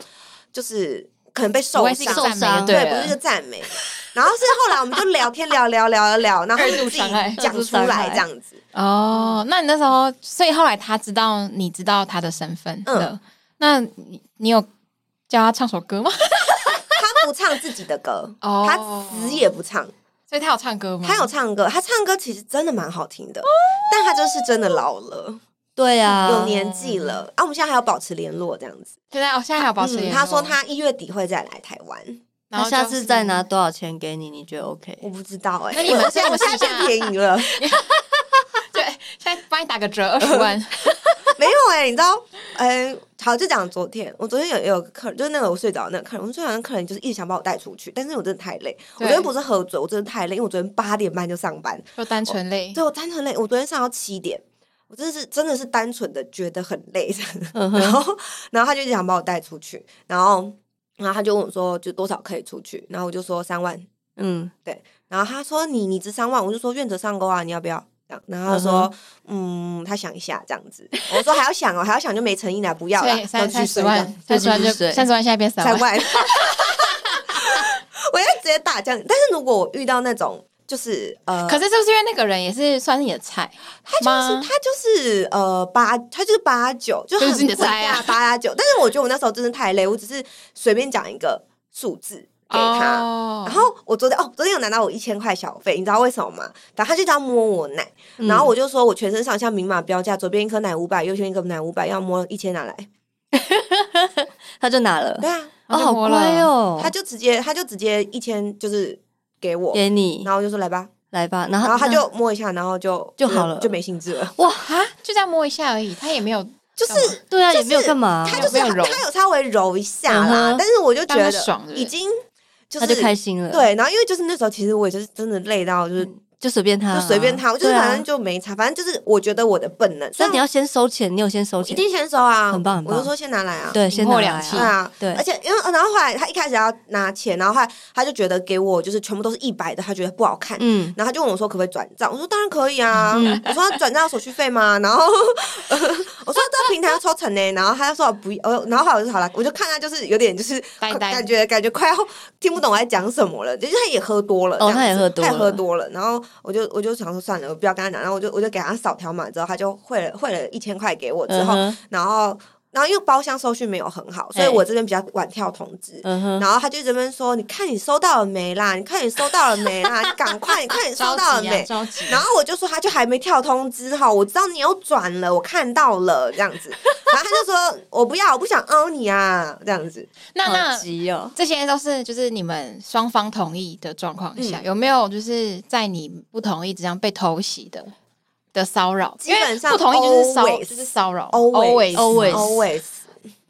S3: 就是可能被
S1: 不
S3: 受
S1: 会是一个
S3: 伤，
S1: 赞美
S2: 伤
S1: 就对
S3: 不是一个
S1: 了。
S3: 赞 美。然后是后来我们就聊天聊聊聊聊聊，然后
S1: 二
S3: 就
S1: 度
S3: 自己
S1: 伤害
S2: 二
S3: 讲
S2: 度
S3: 出
S2: 伤
S3: 来
S2: 害
S3: 这样子。
S1: 哦，那你那时候，所以后来他知道你知道他的身份了，
S3: 嗯
S1: 那你你有叫他唱首歌吗？
S3: 他不唱自己的歌，
S1: 哦嗯
S3: 他死也不唱。
S1: 所以他有唱歌吗？
S3: 他有唱歌，他唱歌其实真的蛮好听的，
S1: 哦
S3: 但他就是真的老了，
S2: 对
S1: 嗯
S2: 啊，
S3: 有年纪了。啊，我们现在还要保持联络这样子。
S1: 现在哦，现在还有保持联
S3: 嗯，
S1: 络、
S3: 他说他一月底会再来台湾，
S1: 然
S2: 他
S1: 后
S2: 下
S1: 就
S2: 次
S1: 是
S2: 再拿多少钱给你，你觉得 OK？
S3: 我不知道哎、
S1: 那你们
S3: 我现
S1: 那你
S3: 在我
S1: 们
S3: 现
S1: 私
S3: 在
S1: 下
S3: 太便宜了，
S1: 对，现在帮你打个折，二十 万。
S3: 没有哎、你知道？哎、好，就讲昨天，我昨天有有个客人，就是那个我睡着的那个客人，我们睡着的客人就是一直想把我带出去，但是我真的太累。我
S1: 对哎
S3: 昨天不是喝醉，我真的太累，因为我昨天八点半就上班，
S1: 就单纯累，
S3: 对我单纯累，我昨天上到七点，我真的是真的是单纯的觉得很累，
S2: 嗯
S3: 然后然后他就一直想把我带出去，然后然后他就问我说就多少可以出去，然后我就说三万，
S2: 嗯，
S3: 然后他说你你值三万，我就说愿者上钩啊，你要不要？这样，然后他说嗯他想一下这样子，我说还要想哦，还要想就没诚意啦，不要
S1: 所
S3: 啦，
S1: 以
S3: 然后
S1: 三
S3: 继
S1: 三
S3: 续
S1: 十
S3: 睡
S1: 万，
S2: 就
S1: 三十万就
S2: 继续睡
S1: 三十万，现在变三
S3: 三
S1: 万。
S3: 万， 我要直接打这样。但是如果我遇到那种就是呃，
S1: 可是是不是因为那个人也是算是你的菜？
S3: 他就
S1: 吗
S3: 是他就是呃八，他就是八九，就
S1: 就是
S3: 很
S1: 你的菜啊
S3: 贵八八九。但是我觉得我那时候真的太累，我只是随便讲一个数字给他。
S1: 哦
S3: 然后我昨天哦，昨天有拿到我一千块小费，你知道为什么吗？然后他就这样摸我奶，
S2: 嗯
S3: 然后我就说我全身上下明码标价，左边一颗奶五百，右边一颗奶五百，要摸一千拿来。
S2: 他就拿了
S3: 对，啊，
S1: 他
S2: 哦，
S1: 就
S2: 好
S1: 摸了
S2: 乖哦，
S3: 他就直接他就直接一千就是给我，
S2: 给你
S3: 然后我就说来吧，
S2: 来吧，然后
S3: 然后他就摸一下，然后就
S2: 就好了
S3: 就没兴 致了。
S2: 哇，
S1: 啊，就这样摸一下而已，他也没有
S3: 就是
S1: 干嘛
S2: 对啊，
S3: 就
S2: 也
S3: 是
S2: 没有干嘛，
S3: 他就是
S1: 没有
S3: 他
S1: 揉
S3: 他有稍微揉一下啦，
S2: 嗯哼
S3: 但是我就觉
S1: 当他
S3: 得
S1: 爽，对
S3: 已
S1: 不对？
S3: 经就
S2: 他
S3: 是
S2: 就开心了，，
S3: 对，然后因为就是那时候其实我也就是真的累到就是、
S2: 就随便他啊，
S3: 就随便他，我就是
S2: 对啊
S3: 反正就没差，反正就是我觉得我的本能，
S2: 但你
S3: 要
S2: 要先收钱，你有先收
S3: 一
S2: 钱，
S3: 定先收啊，
S2: 很棒很棒
S3: 我就说先拿来啊，
S2: 对，
S1: 一
S2: 先拿
S1: 货
S2: 来
S1: 两
S2: 啊
S1: 讫
S3: 对啊，
S2: 对
S3: 而且因为然后后来他一开始要拿钱，然后后来他就觉得给我就是全部都是一百的，他觉得不好看。
S2: 嗯，
S3: 然后他就问我说可不可以转账，我说当然可以啊，
S2: 嗯
S3: 我说转账要手续费吗？然后 我说这个平台要抽成呢，然后他就说不，呃，然后后来我就好了，我就看他就是有点就是
S1: 呆呆
S3: 感觉感觉快要听不懂我在讲什么了，就是他也喝多了，
S2: 哦
S3: 这样子
S2: 他也喝多
S3: 呃他
S2: 了
S3: 也喝多了，然后我就我就想说算了，我不要跟他讲，然后我就我就给他扫条码之后，他就汇了汇了一千块给我之后，
S2: 嗯哼
S3: 然后然后因为包厢收讯没有很好，所以
S2: 哎
S3: 我这边比较晚跳通知，
S2: 嗯哼，
S3: 然后他就这边说：“你看你收到了没啦？你看你收到了没啦？你赶快，你看你收
S1: 着
S3: 到了
S1: 急啊，
S3: 没？”
S1: 着急啊。
S3: 然后我就说：“他就还没跳通知哈，我知道你有转了，我看到了这样子。”然后他就说：“我不要，我不想凹你啊，这样子。
S1: 那
S2: 好
S3: 嗯
S1: 那
S2: 急哦，
S1: 这些都是就是你们双方同意的状况下，
S3: 嗯
S1: 有没有就是在你不同意之上被偷袭的的骚扰？
S3: 基本上
S1: 因为不同意就是骚
S3: always
S1: 就是骚扰
S3: Always 嗯
S2: always
S3: Always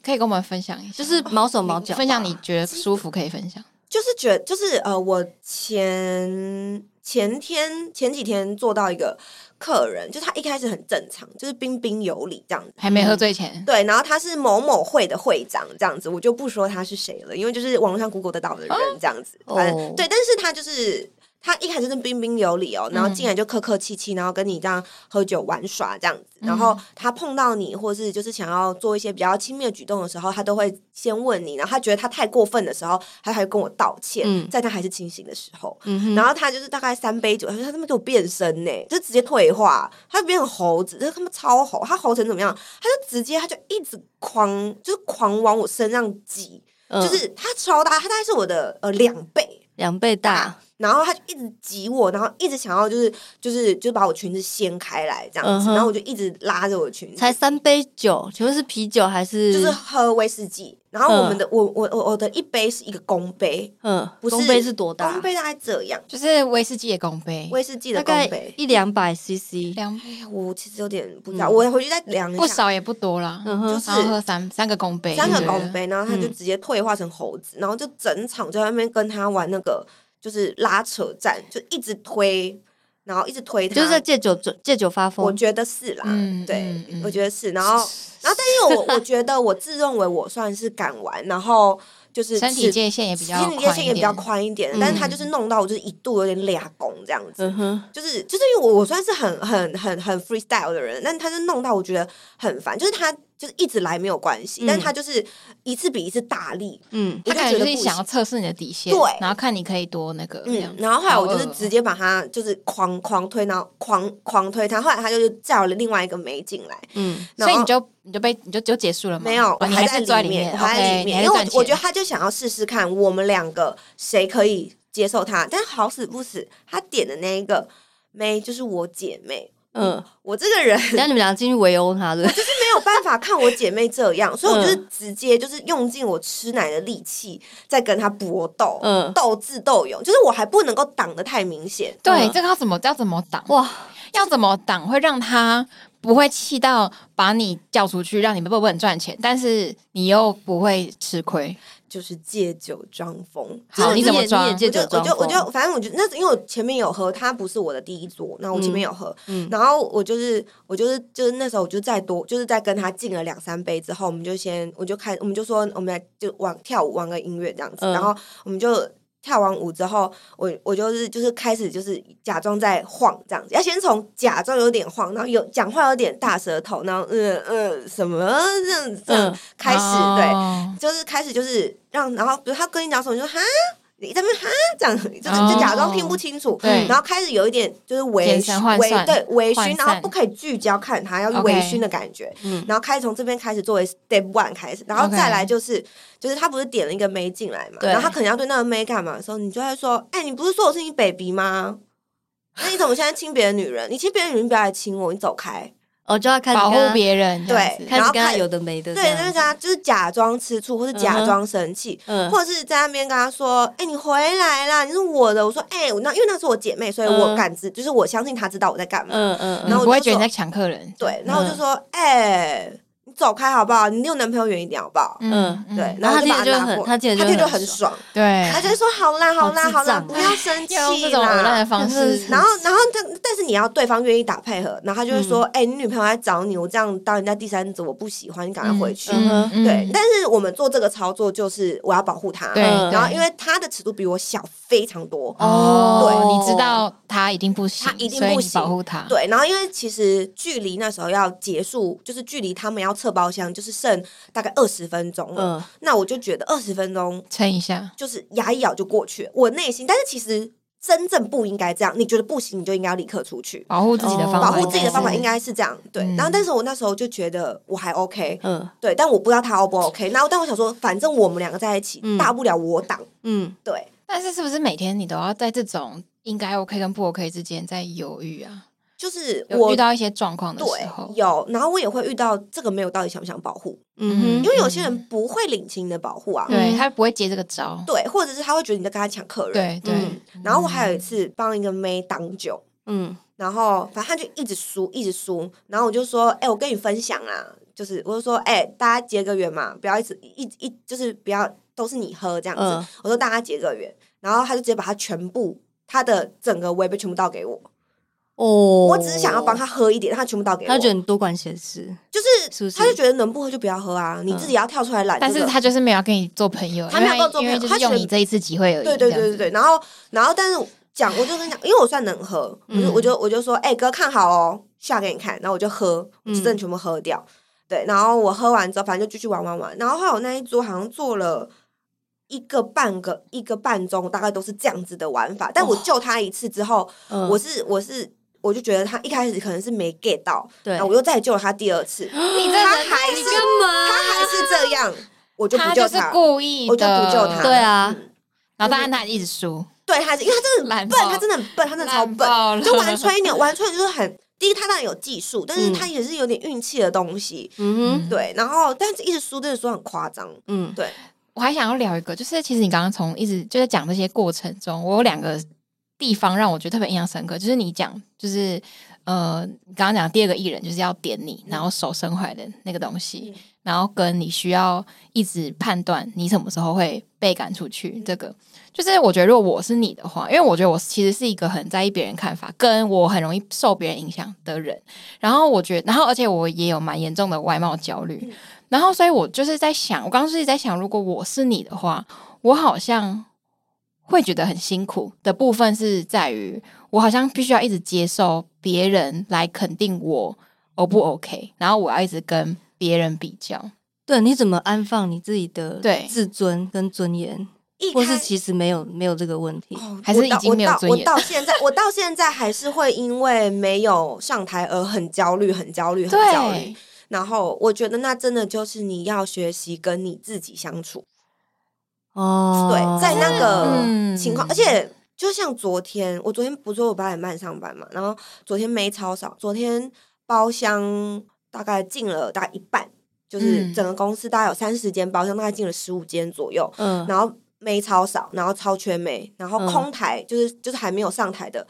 S1: 可以跟我们分享一下，
S2: 就是毛手毛脚吧，
S1: 分享你觉得舒服可以分享。
S3: 就是觉就是呃，我前前天前几天做到一个客人，就他一开始很正常，就是彬彬有礼这样子。”
S1: 还没喝醉前，
S3: 对，然后他是某某会的会长这样子，我就不说他是谁了，因为就是网络上 Google 得到的人这样子。
S2: 哦
S3: 反正对，但是他就是他一开始是彬彬有礼哦，然
S2: 嗯
S3: 后进来就客客气气，然后跟你这样喝酒玩耍这样子。
S2: 嗯
S3: 然后他碰到你，或是就是想要做一些比较亲密的举动的时候，他都会先问你，然后他觉得他太过分的时候，他还会跟我道歉，
S2: 嗯
S3: 在他还是清醒的时候。
S2: 嗯哼，
S3: 然后他就是大概三杯酒，他说他他妈给我变身呢、就直接退化，他变成猴子，他他妈超猴，他猴成怎么样？他就直接他就一直狂，就是狂往我身上挤，
S2: 嗯
S3: 就是他超大，他大概是我的呃两倍
S2: 两倍大，，
S3: 然后他就一直挤我，然后一直想要就是就是就把我裙子掀开来这样
S2: 嗯
S3: 子，
S2: 哼
S3: 然后我就一直拉着我的裙子，
S2: 才三杯酒，请问是啤酒还是
S3: 就是喝威士忌，然后我
S2: 嗯
S3: 们的、我我我我的一杯是一个公杯，
S2: 嗯，
S3: 不是
S2: 公杯是多大？
S3: 公杯大概这样，
S1: 就是威士忌的公杯，
S3: 威士忌的
S2: 大
S3: 公
S2: 概
S3: 杯。哎
S2: 一两百 CC，
S1: 两
S3: 我其实有点不知道，
S2: 嗯
S3: 我回去再量一
S1: 不
S3: 下。
S1: 少也不多啦，
S2: 嗯
S3: 就
S2: 哼，
S3: 是
S1: 然后喝三三个公杯，
S3: 三个
S1: 对不对
S3: 公，杯，然后他就
S2: 嗯
S3: 直接退化成猴子，然后就整场在外面跟他玩那个就是拉扯战，就一直推，然后一直推他，
S2: 就是在借酒借酒发
S3: 我
S2: 疯。
S3: 觉得是啦，
S1: 嗯
S3: 对
S1: 嗯，嗯
S3: 我觉得是。然后，然后，但因为我我觉得我自认为我算是敢玩，然后就是
S1: 身体
S3: 尺
S1: 界限也比较
S3: 心理界
S1: 宽
S3: 限
S1: 一
S3: 也比较
S1: 点
S3: 宽一点，
S2: 嗯
S3: 但是他就是弄到我就是一度有点俩拱这样子，
S2: 嗯哼，
S3: 就是就是因为我我算是很很很很 freestyle 的人，但他就弄到我觉得很烦，就是他就是一直来没有关系，
S2: 嗯
S3: 但他就是一次比一次大力，
S2: 嗯
S1: 他
S3: 我就
S1: 感
S3: 觉
S1: 觉
S3: 得
S1: 是
S3: 不
S1: 想要
S3: 行
S1: 测试你的底线，
S3: 对
S1: 然后看你可以多那个这样
S3: 嗯，。然后后来我就是
S1: 好恶哦
S3: 直接把他就是狂狂推，然后狂狂推他，后来他就是叫了另外一个妹进来，
S2: 嗯
S1: 所
S3: 然
S1: 以
S3: 后
S1: 你就你就被你就就结束了吗？
S3: 没有，
S1: 哦
S3: 我
S1: 你还
S3: 在
S1: 是在
S3: 里
S1: 面
S3: 我还在
S1: ，OK，
S3: 里
S1: 你
S3: 面，
S1: 还
S3: 因
S1: 是
S3: 为
S1: 赚
S3: 我我觉
S1: 钱。
S3: 得他就想要试试看我们两个谁可以接受他，但好死不死，他点的那一个妹就是我姐妹，
S2: 嗯，
S3: 我这个人
S2: 然后你们俩进去围殴他的，
S3: 没有办法看我姐妹这样，所以我就是
S2: 嗯
S3: 直接就是用尽我吃奶的力气在跟他搏斗，
S2: 嗯
S3: 斗智斗勇，就是我还不能够挡得太明显，
S1: 对，
S2: 嗯
S1: 这个要怎么要怎么挡？
S2: 哇，
S1: 要怎么挡会让他不会气到把你叫出去，让你不能赚钱，但是你又不会吃亏？
S3: 就是借酒装疯。
S1: 好，
S2: 你
S1: 你怎么
S2: 也
S1: 抓
S2: 你也？借酒
S3: 我
S2: 装
S3: 就我就我
S2: 疯，
S3: 就反正我就那因为我前面有喝，他不是我的第一桌，那我前面有喝，
S2: 嗯
S3: 然后我就是我就是就是那时候我就再多就是再跟他敬了两三杯之后，我们就先我就开我们就说我们来就玩跳舞玩个音乐这样子，
S2: 嗯
S3: 然后我们就。跳完舞之后，我我就是就是开始就是假装在晃这样子，要先从假装有点晃，然后有讲话有点大舌头，然后嗯嗯什么这样子这样
S2: 嗯
S3: 开始、
S1: 哦对，
S3: 对，就是开始就是让，然后比如他跟你讲什么，你就哈，你在那边哈这样，就是
S1: 哦
S3: 就假装听不清楚。
S1: 对
S3: 然后开始有一点就是微
S1: 眼神涣
S3: 醺微
S1: 散
S3: 对微醺
S1: 涣，
S3: 然后
S1: 散
S3: 不可以聚焦看他，要
S1: OK
S3: 微醺的感觉。
S2: 嗯
S3: 然后开始从这边开始作为 step one 开始，然后
S1: OK
S3: 再来就是就是他不是点了一个妹进来嘛，
S2: 对
S3: 然后他可能要对那个妹干嘛的时候，你就会说，哎、你不是说我是你 baby 吗？那你怎么现在亲别的女人？你亲别的女人，你不要来亲我，你走开。
S2: 哦，就要开始
S1: 保
S2: 跟
S1: 护
S2: 他
S1: 别人这样子，
S3: 对
S2: 开
S3: 然
S2: 始
S3: 后
S2: 跟他
S3: 看
S2: 有的没的这
S3: 对，
S2: 样，
S3: 那个他就是假装吃醋或是
S2: 嗯
S3: 假
S2: 哼
S3: 装生气，
S2: 嗯
S3: 或者是在那边跟他说：“哎、你回来啦，你是我的。”我说：“哎、我那因为那是我姐妹，所以
S2: 嗯
S3: 我感知，就是我相信她知道我在干嘛。
S2: 嗯嗯
S1: 你
S3: 然
S2: 嗯，
S3: 后我
S1: 不会
S3: 就
S1: 觉得你
S3: 说
S1: 在抢客人。
S3: 对，然后我就说：“哎、你走开好不好？你离我男朋友远一点好不好？”
S2: 嗯
S3: 对，
S1: 嗯
S3: 然后我
S2: 然后
S3: 把
S2: 他听着就
S3: 拿
S2: 很
S3: 过来
S2: 他听着
S3: 他
S2: 就
S3: 听着
S2: 很
S3: 很爽，
S1: 对，
S3: 他就说：“好啦，好啦，
S2: 好
S3: 好
S2: 智障哎
S3: 啦
S2: 啊，
S3: 不要生气
S1: 用这种无赖
S3: 啦
S1: 的。”方式，
S3: 然后，然后，但但是你要对方愿意打配合，然后他就会说：“
S2: 嗯
S3: 哎、你女朋友来找你，我这样当人家第三者，我不喜欢，你赶快回去。
S2: 嗯哼
S3: 对，但是我们做这个操作就是我要保护他，
S1: 对，
S2: 嗯
S3: 然后因为他的尺度比我小非常多，
S1: 哦，
S2: 对
S1: 你知道他一定不行，
S3: 他一定
S1: 所以
S3: 不
S1: 你
S3: 行
S1: 保护他。
S3: 对，然后因为其实距离那时候要结束，就是距离他们要撤包厢，就是剩大概二十分钟了。
S2: 嗯
S3: 那我就觉得二十分钟
S1: 撑一下，
S3: 就是牙一咬就过去了，我内心，但是其实真正不应该这样，你觉得不行，你就应该要立刻出去。
S1: 保护自己的
S2: 哦
S1: 方法，
S3: 保护自己的方法应
S1: 该
S3: 该是这样，对
S1: 嗯。
S3: 然后，但是我那时候就觉得我还 OK，
S2: 嗯
S3: 对，但我不知道他 O 不 OK。然后，但我想说，反正我们两个在一起
S2: 嗯，
S3: 大不了我挡，
S2: 嗯，
S3: 对。
S1: 但是是不是每天你都要在这种应该 OK 跟不 OK 之间在犹豫啊？
S3: 就是
S1: 有
S3: 我
S1: 遇到一些状况的时
S3: 对
S1: 候，
S3: 有，然后我也会遇到这个没有到底想不想保护，
S2: 嗯
S1: 嗯
S3: 因为有些人不会领情你的保护啊，
S1: 对
S2: 嗯
S1: 他不会接这个招，
S3: 对，或者是他会觉得你在跟他抢客人，嗯
S1: 对嗯对。
S3: 然后我还有一次帮一个妹挡酒，
S2: 嗯
S3: 然后反正他就一直输，一直输，然后我就说，哎、我跟你分享啊，就是我就说，哎、大家结个缘嘛，不要一直一一就是不要都是你喝这样子，
S2: 嗯
S3: 我说大家结个缘，然后他就直接把他全部他的整个微杯全部倒给我，
S2: 哦，
S3: 我只是想要帮，他喝一点，他全部倒给我，
S2: 他觉得你多管闲事，
S3: 就是
S2: 是不是
S3: 他就觉得能不喝就不要喝啊，你自己要跳出来揽、这
S1: 但
S3: 个
S1: 是他就是没有要跟你做朋友，
S3: 他没
S1: 因
S3: 有
S1: 为
S3: 跟我做朋友
S1: 因为就
S3: 他
S1: 是用
S3: 觉得
S1: 你这一次机会而已。
S3: 对对
S1: 这样
S3: 对
S1: 子
S3: 对对，然后然后但是讲，我就跟你讲，因为我算能喝，我就我就我就说，哎、哥看好哦，下给你看，然后我就喝，我就真的全部喝掉。对，然后我喝完之后，反正就继续玩玩玩。然后后来我那一桌好像做了一个半个一个半钟，大概都是这样子的玩法。但我救他一次之后，
S2: 嗯
S3: 我是我是我就觉得他一开始可能是没 get 到，
S2: 对
S3: 然后我又再救了他第二次，
S1: 你这
S3: 他
S1: 人
S3: 还是他
S2: 嘛？
S3: 还是这 样，我就不
S1: 他
S3: 救
S1: 就是故意的，
S3: 我就不救他
S2: 对啊，
S1: 然后当然他一直输，
S3: 对，他是因为他真的
S1: 懒
S3: 很
S1: 爆
S3: 笨，他真的很笨，他真的超
S1: 烂爆了
S3: 笨，就玩吹牛，玩吹牛就是很第一，他当然有技术，但是
S2: 嗯
S3: 他也是有点运气的东西。
S2: 嗯哼，
S3: 对，然后但是一直输，真的输很夸张。
S2: 嗯
S3: 对，
S1: 我还想要聊一个，就是其实你刚刚从一直就在讲这些过程中，我有两个地方让我觉得特别印象深刻，就是你讲，就是呃，你刚刚讲第二个艺人就是要点你，然后手伸回来的那个东西，然后跟你需要一直判断你什么时候会被赶出去，这个就是我觉得如果我是你的话，因为我觉得我其实是一个很在意别人看法，跟我很容易受别人影响的人。然后我觉得，然后而且我也有蛮严重的外貌焦虑，然后所以我就是在想，我刚刚是在想，如果我是你的话，我好像会觉得很辛苦的部分是在于，我好像必须要一直接受别人来肯定我 O 不 OK，然后我要一直跟别人比较。
S2: 对，你怎么安放你自己的
S1: 对
S2: 自尊跟尊严，
S3: 一
S2: 或
S3: 开
S2: 是其实没有没有这个问题？
S3: 哦
S1: 还是
S3: 我到
S1: 已经没有
S3: 我到
S1: 尊严
S3: 我到现在，我到现在还是会因为没有上台而很焦虑，很焦虑，很焦虑
S1: 对。，
S3: 然后我觉得那真的就是你要学习跟你自己相处。
S2: 哦，
S3: 对，在那
S1: 嗯
S3: 个情况，而且就像昨天，我昨天不是说我八点半上班嘛，然后昨天没超少，昨天包厢大概进了大概一半，就是
S1: 嗯
S3: 整个公司大概有三十间包厢，大概进了十五间左右，
S2: 嗯，
S3: 然后没超少，然后超缺没，然后
S2: 嗯
S3: 空台、就是就是还没有上台的，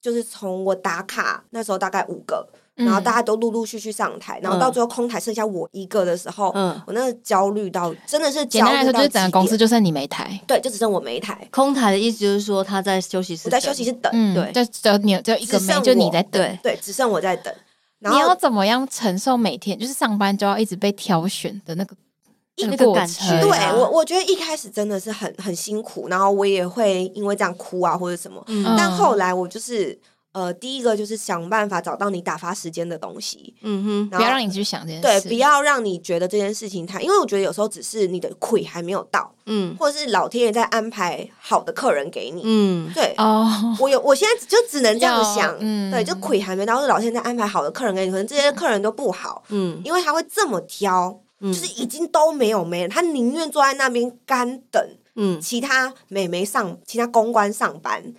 S3: 就是从我打卡那时候大概五个，
S1: 嗯
S3: 然后大家都陆陆续续上台，然后到
S2: 嗯
S3: 最后空台剩下我一个的时候，
S2: 嗯
S3: 我那个焦虑到真的是
S1: 简
S3: 焦
S1: 单来
S3: 虑
S1: 说，
S3: 到
S1: 就是整个
S3: 极
S1: 公司
S3: 点
S1: 就剩你没台，
S3: 对，就只剩我没台，
S2: 空台的意思就是说他在休息室，
S3: 我在休息室等，
S1: 嗯，
S2: 对
S1: 就只有你只有一个
S3: 只
S1: 妹，
S3: 剩
S1: 就你
S3: 我
S1: 在等。
S2: 对，
S3: 对，只剩我在等。然
S1: 你要
S3: 后
S1: 怎么样承受每天就是上班就要一直被挑选的那个那个
S2: 那个
S1: 过
S2: 感
S1: 程？
S2: 觉
S3: 对
S2: 啊
S3: 我，我觉得一开始真的是很很辛苦，然后我也会因为这样哭啊或者什么。
S1: 嗯
S2: 嗯
S3: 但后来我就是呃，第一个就是想办法找到你打发时间的东西，
S2: 嗯哼，
S1: 不要让
S3: 你
S1: 你去想这件
S3: 对，
S1: 事。
S3: 不要让你觉得这件事情它，因为我觉得有时候只是你的亏还没有到，
S2: 嗯
S3: 或者是老天爷在安排好的客人给你。
S2: 嗯
S3: 对，
S1: 哦，
S3: 我有，我现在就只能这样
S1: 要
S3: 想，
S1: 嗯
S3: 对，就亏还没到，或者老天在安排好的客人给你，可能这些客人都不好，
S2: 嗯
S3: 因为他会这么挑，
S2: 嗯
S3: 就是已经都没有没人，他宁愿坐在那边干等
S2: 嗯，
S3: 其他美眉上，其他公关上班，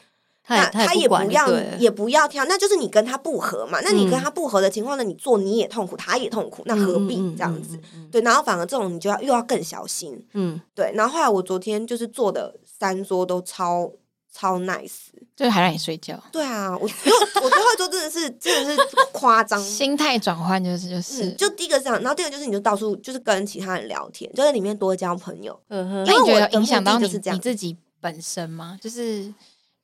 S2: 他也
S3: 那他也
S2: 不管
S3: 不要
S2: 就对了
S3: 也不要挑，那就是你跟他不合嘛。那你
S2: 嗯
S3: 跟他不合的情况呢，你做你也痛苦，他也痛苦，那何必
S2: 嗯嗯
S3: 这样子？
S2: 嗯
S3: 对，然后反而这种你就要又要更小心。
S2: 嗯
S3: 对，然后后来我昨天就是做的三桌都超超 nice。
S1: 就是还让你睡觉，
S3: 对啊，我 因为我我最后一桌真的是真的是夸张，
S1: 心态转换就是就是，
S3: 嗯，就第一个是这样，然后第二个就是你就到处就是跟其他人聊天，就在里面多交朋友。
S2: 嗯哼
S1: 那
S3: 因为
S1: 你觉
S3: 我
S1: 得
S3: 的
S1: 有影
S3: 目
S1: 响
S3: 的
S1: 到
S3: 就
S1: 你
S3: 是这样
S1: 你自己本身吗？就是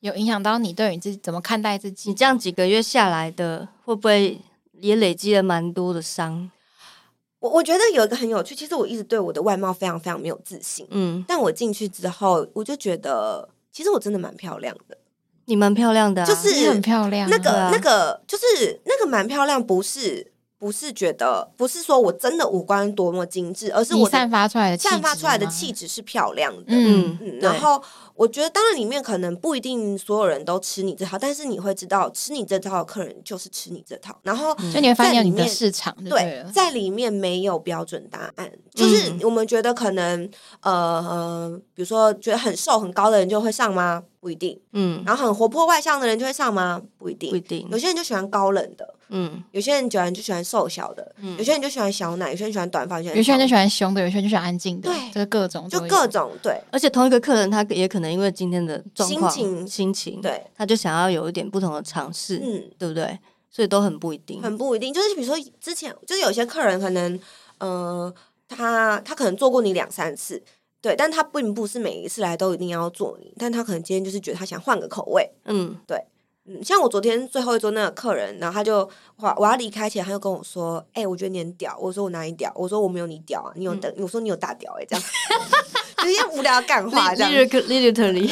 S1: 有影响到你对你自己怎么看待自己
S2: 你？这样几个月下来的，会不会也累积了蛮多的伤？
S3: 我我觉得有一个很有趣，其实我一直对我的外貌非常非常没有自信，
S2: 嗯，
S3: 但我进去之后，我就觉得其实我真的蛮漂亮的。
S2: 你蛮漂亮的啊、
S3: 就是
S1: 你很漂亮啊，
S3: 那个、
S2: 对啊
S3: 那个就是那个蛮漂亮，不是不是觉得不是说我真的五官多么精致，而是
S1: 你
S3: 我的
S1: 散发出来的气
S3: 散发
S1: 质
S3: 出来的
S1: 吗
S3: 气质是漂亮的。嗯
S1: 嗯，
S2: 对
S3: 然后我觉得，当然里面可能不一定所有人都吃你这套，但是你会知道，吃你这套的客人就是吃你这套。然后
S1: 就你会发
S3: 在
S1: 现
S3: 里
S1: 你的
S3: 面
S1: 市场就对
S3: 对
S1: 了，，
S3: 在里面没有标准答案，就是我们觉得可能呃呃，比如说觉得很瘦很高的人就会上吗？不一定。
S2: 嗯，
S3: 然后很活泼外向的人就会上吗？不一
S2: 不一
S3: 定。
S2: 定
S3: 有，些人就喜欢高冷的，
S2: 嗯
S3: 有些人喜欢就喜欢瘦小的，
S2: 嗯
S3: 有些人就喜欢小奶，有些人喜欢短发，有
S1: 有些人就喜
S3: 欢
S1: 欢凶的，有些人就喜欢安静的，
S3: 对
S1: 就是各种
S3: 就
S1: 都有
S3: 各种对
S2: 而且同一个客人，他也可能因为今天的状况、
S3: 心情
S2: 心情，
S3: 对，
S2: 他就想要有一点不同的尝试，
S3: 嗯，
S2: 对不对？所以都很不一定。
S3: 很不一定。就是比如说之前就是有些客人可能呃，他他可能做过你两三次。对，但他并不是每一次来都一定要做你，但他可能今天就是觉得他想换个口味，
S2: 嗯
S3: 嗯，像我昨天最后一桌那个客人，然后他就我我要离开前，他就跟我说：“哎、我觉得你很屌。”我说：“我哪里屌？”我说：“我没有你屌啊，你有的。我说：“你有大屌哎、欸，这样。” 直接无聊干话这样。
S2: ，literally，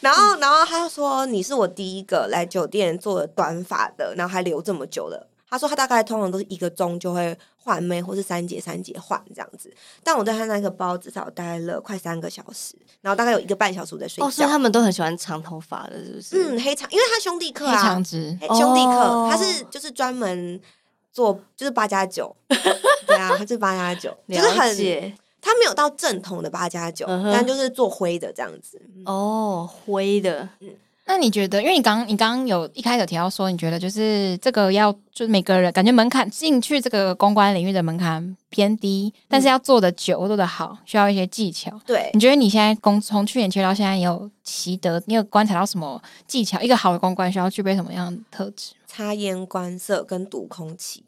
S3: 然后，然后他就说：“你是我第一个来酒店做短发的，然后还留这么久的。”他说：“他大概通常都是一个钟就会换妹，或是三节三节换这样子。但我在他那个包至少待了快三个小时，然后大概有一个半小时我在 睡
S2: 哦，所
S3: 觉。
S2: 以他们都很喜欢长头发的，是不是？
S3: 嗯，黑长，因为他兄弟课
S1: 非
S3: 啊，
S1: 常之
S3: 欸兄弟课，
S2: 哦
S3: 他是就是专门做就是八加九， 对啊，他是八加九，就是
S2: 了
S3: 很
S2: 解
S3: 他没有到正统的八加九，
S2: 嗯哼
S3: 但就是做灰的这样子。
S2: 哦，灰的，
S1: 那你觉得，因为你刚你刚刚有一开始有提到说，你觉得就是这个要就是每个人感觉门槛进去这个公关领域的门槛偏低，但是要做的久、做的好，需要一些技巧。
S3: 对
S1: 你，觉得你现在公从去年去到现在，你有习得，你有观察到什么技巧？一个好的公关需要具备什么样的特质？
S3: 察言观色跟读空气，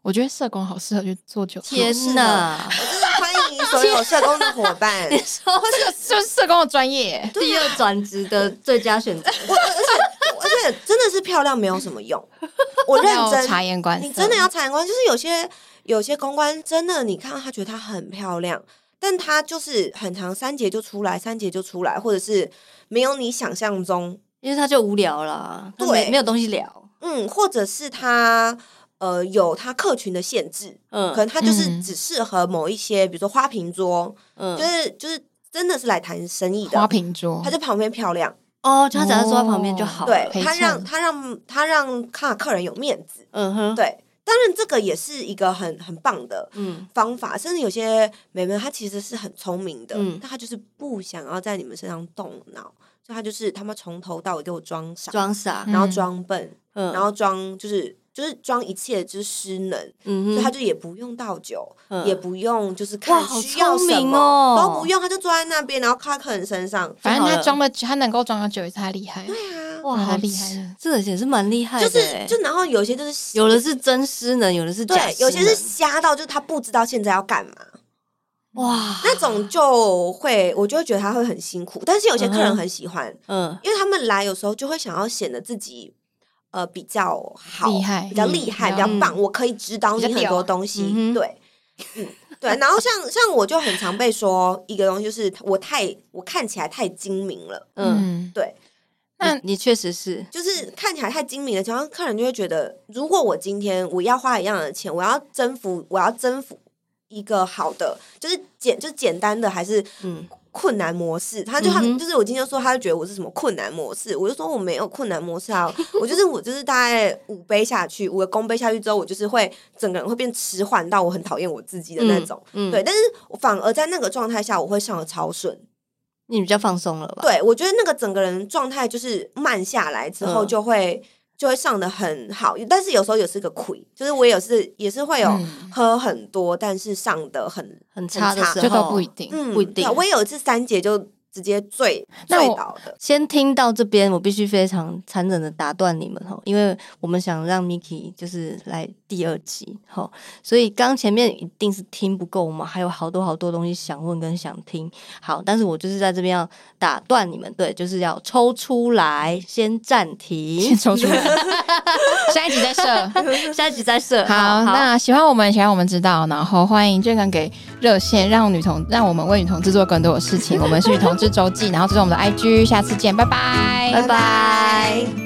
S1: 我觉得社工好适合去做酒，
S2: 天哪！
S3: 我真的欢迎所有社工的伙 伴
S2: 你。说
S1: 这个就是社工的专业耶。
S2: 第二转职的最佳选 择，
S3: 我而且而且真的是漂亮没有什么用， 我认
S1: 要
S3: 真，
S1: 察言观色，
S3: 你真的要察言观，就是有些有些公关真的，你看到他觉得她很漂亮，但她就是很长三节就出来，三节就出来，或者是没有你想象中，
S2: 因为他就无聊了，他没
S3: 对
S2: 没有东西聊，
S3: 嗯，或者是她呃有她客群的限制，可
S2: 嗯
S3: 能她就是
S1: 嗯
S3: 只适合某一些，比如说花瓶桌，
S2: 嗯，
S3: 就是就是真的是来谈生意
S1: 花
S3: 的，
S1: 瓶桌
S3: 她，在旁边漂亮，
S2: 哦，就他只要坐在旁边就好，
S3: 对
S1: 陪
S3: 她让
S1: 衬
S3: 她让她让看客人有面子，
S2: 嗯哼，，
S3: 对，当然这个也是一个很很棒的，
S2: 嗯
S3: 方法，甚至有些美眉她其实是很聪明的，
S2: 嗯
S3: 但她就是不想要在你们身上动脑，所以她就是他妈从头到尾给我装傻，
S2: 装傻，
S3: 然后装笨，
S2: 嗯，
S3: 然后装就是就是装一切之失能，
S2: 嗯
S3: 所以她
S2: 哼，
S3: 就也不用倒酒，
S2: 嗯
S3: 也不用就是
S2: 哇，
S3: 看
S2: 好
S3: 需要
S2: 聪
S3: 什
S2: 明
S3: 么、
S2: 哦，
S3: 都不用，她就坐在那边，然后靠在客人身上，
S1: 反正
S2: 太好
S1: 他
S2: 了
S1: 装的他能够装的久一次，他厉害。
S3: 对啊，
S2: 哇，
S1: 哇
S2: 好
S1: 厉害了
S2: 这也是蛮厉害的
S3: 就
S2: 欸，
S3: 是就然后有些就是
S2: 有的是真失能，有的是假
S3: 对，
S2: 失
S3: 有些是
S2: 能
S3: 瞎到就是她不知道现在要干嘛。
S2: 哇，
S3: 那种就会，我就会觉得他会很辛苦，但是有些客
S2: 嗯哼
S3: 人很喜欢，
S2: 嗯
S3: 因为他们来有时候就会想要显得自己呃比较好，
S1: 厉害
S3: 比较
S1: 嗯
S3: 厉害，
S1: 比
S3: 比
S1: 较
S3: 较棒，我可以指导
S1: 比
S3: 你
S1: 较
S3: 很
S1: 屌啊
S3: 多东西，
S2: 嗯哼
S3: 对。嗯，对，然后像像我就很常被说一个东西，就是我太我看起来太精明了，
S2: 嗯，
S3: 对，
S1: 那
S2: 你你确实是，
S3: 就是看起来太精明了，然后客人就会觉得，如果我今天我要花一样的钱，我要征服，我要征服一个好的，就是简就是简单的还是
S2: 嗯
S3: 困难模式，他就他、
S2: 嗯哼
S3: 就是我今天说，他就觉得我是什么困难模式，我就说我没有困难模式啊，我就是我就是大概五杯下去，五个公杯下去之后，我就是会整个人会变迟缓到我很讨厌我自己的那种，
S2: 嗯，嗯
S3: 对，，但是我反而在那个状态下，我会上的超顺，
S2: 你比较放松了吧？，
S3: 对我觉得那个整个人状态就是慢下来之后
S2: 嗯
S3: 就会。就会上的很好，但是有时候也是个亏，就是我也是也是会有
S1: 嗯
S3: 喝很多，但是上的很
S2: 很差的
S3: 很差
S2: 时候
S1: 这都不一定。
S3: 嗯
S2: 不一定
S3: 对我也有一次三节就直接醉
S1: 那
S3: 醉
S1: 我
S3: 倒的，
S2: 先听到这边，我必须非常残忍的打断你们哦，因为我们想让 Miki 就是来第二集吼，所以刚前面一定是听不够，我们还有好多好多东西想问跟想听。好，但是我就是在这边要打断你们，对，就是要抽出来，先暂停
S1: 先，抽出来，嗯 下一集再 设。
S2: 下一集再设。
S1: 好，那喜欢我们，请让我们知道，然后欢迎捐款给热线，让女同让我们为女同制作更多的事情。我们是女同志周记，然后这是我们的 IG，下次见，拜拜
S2: 拜拜。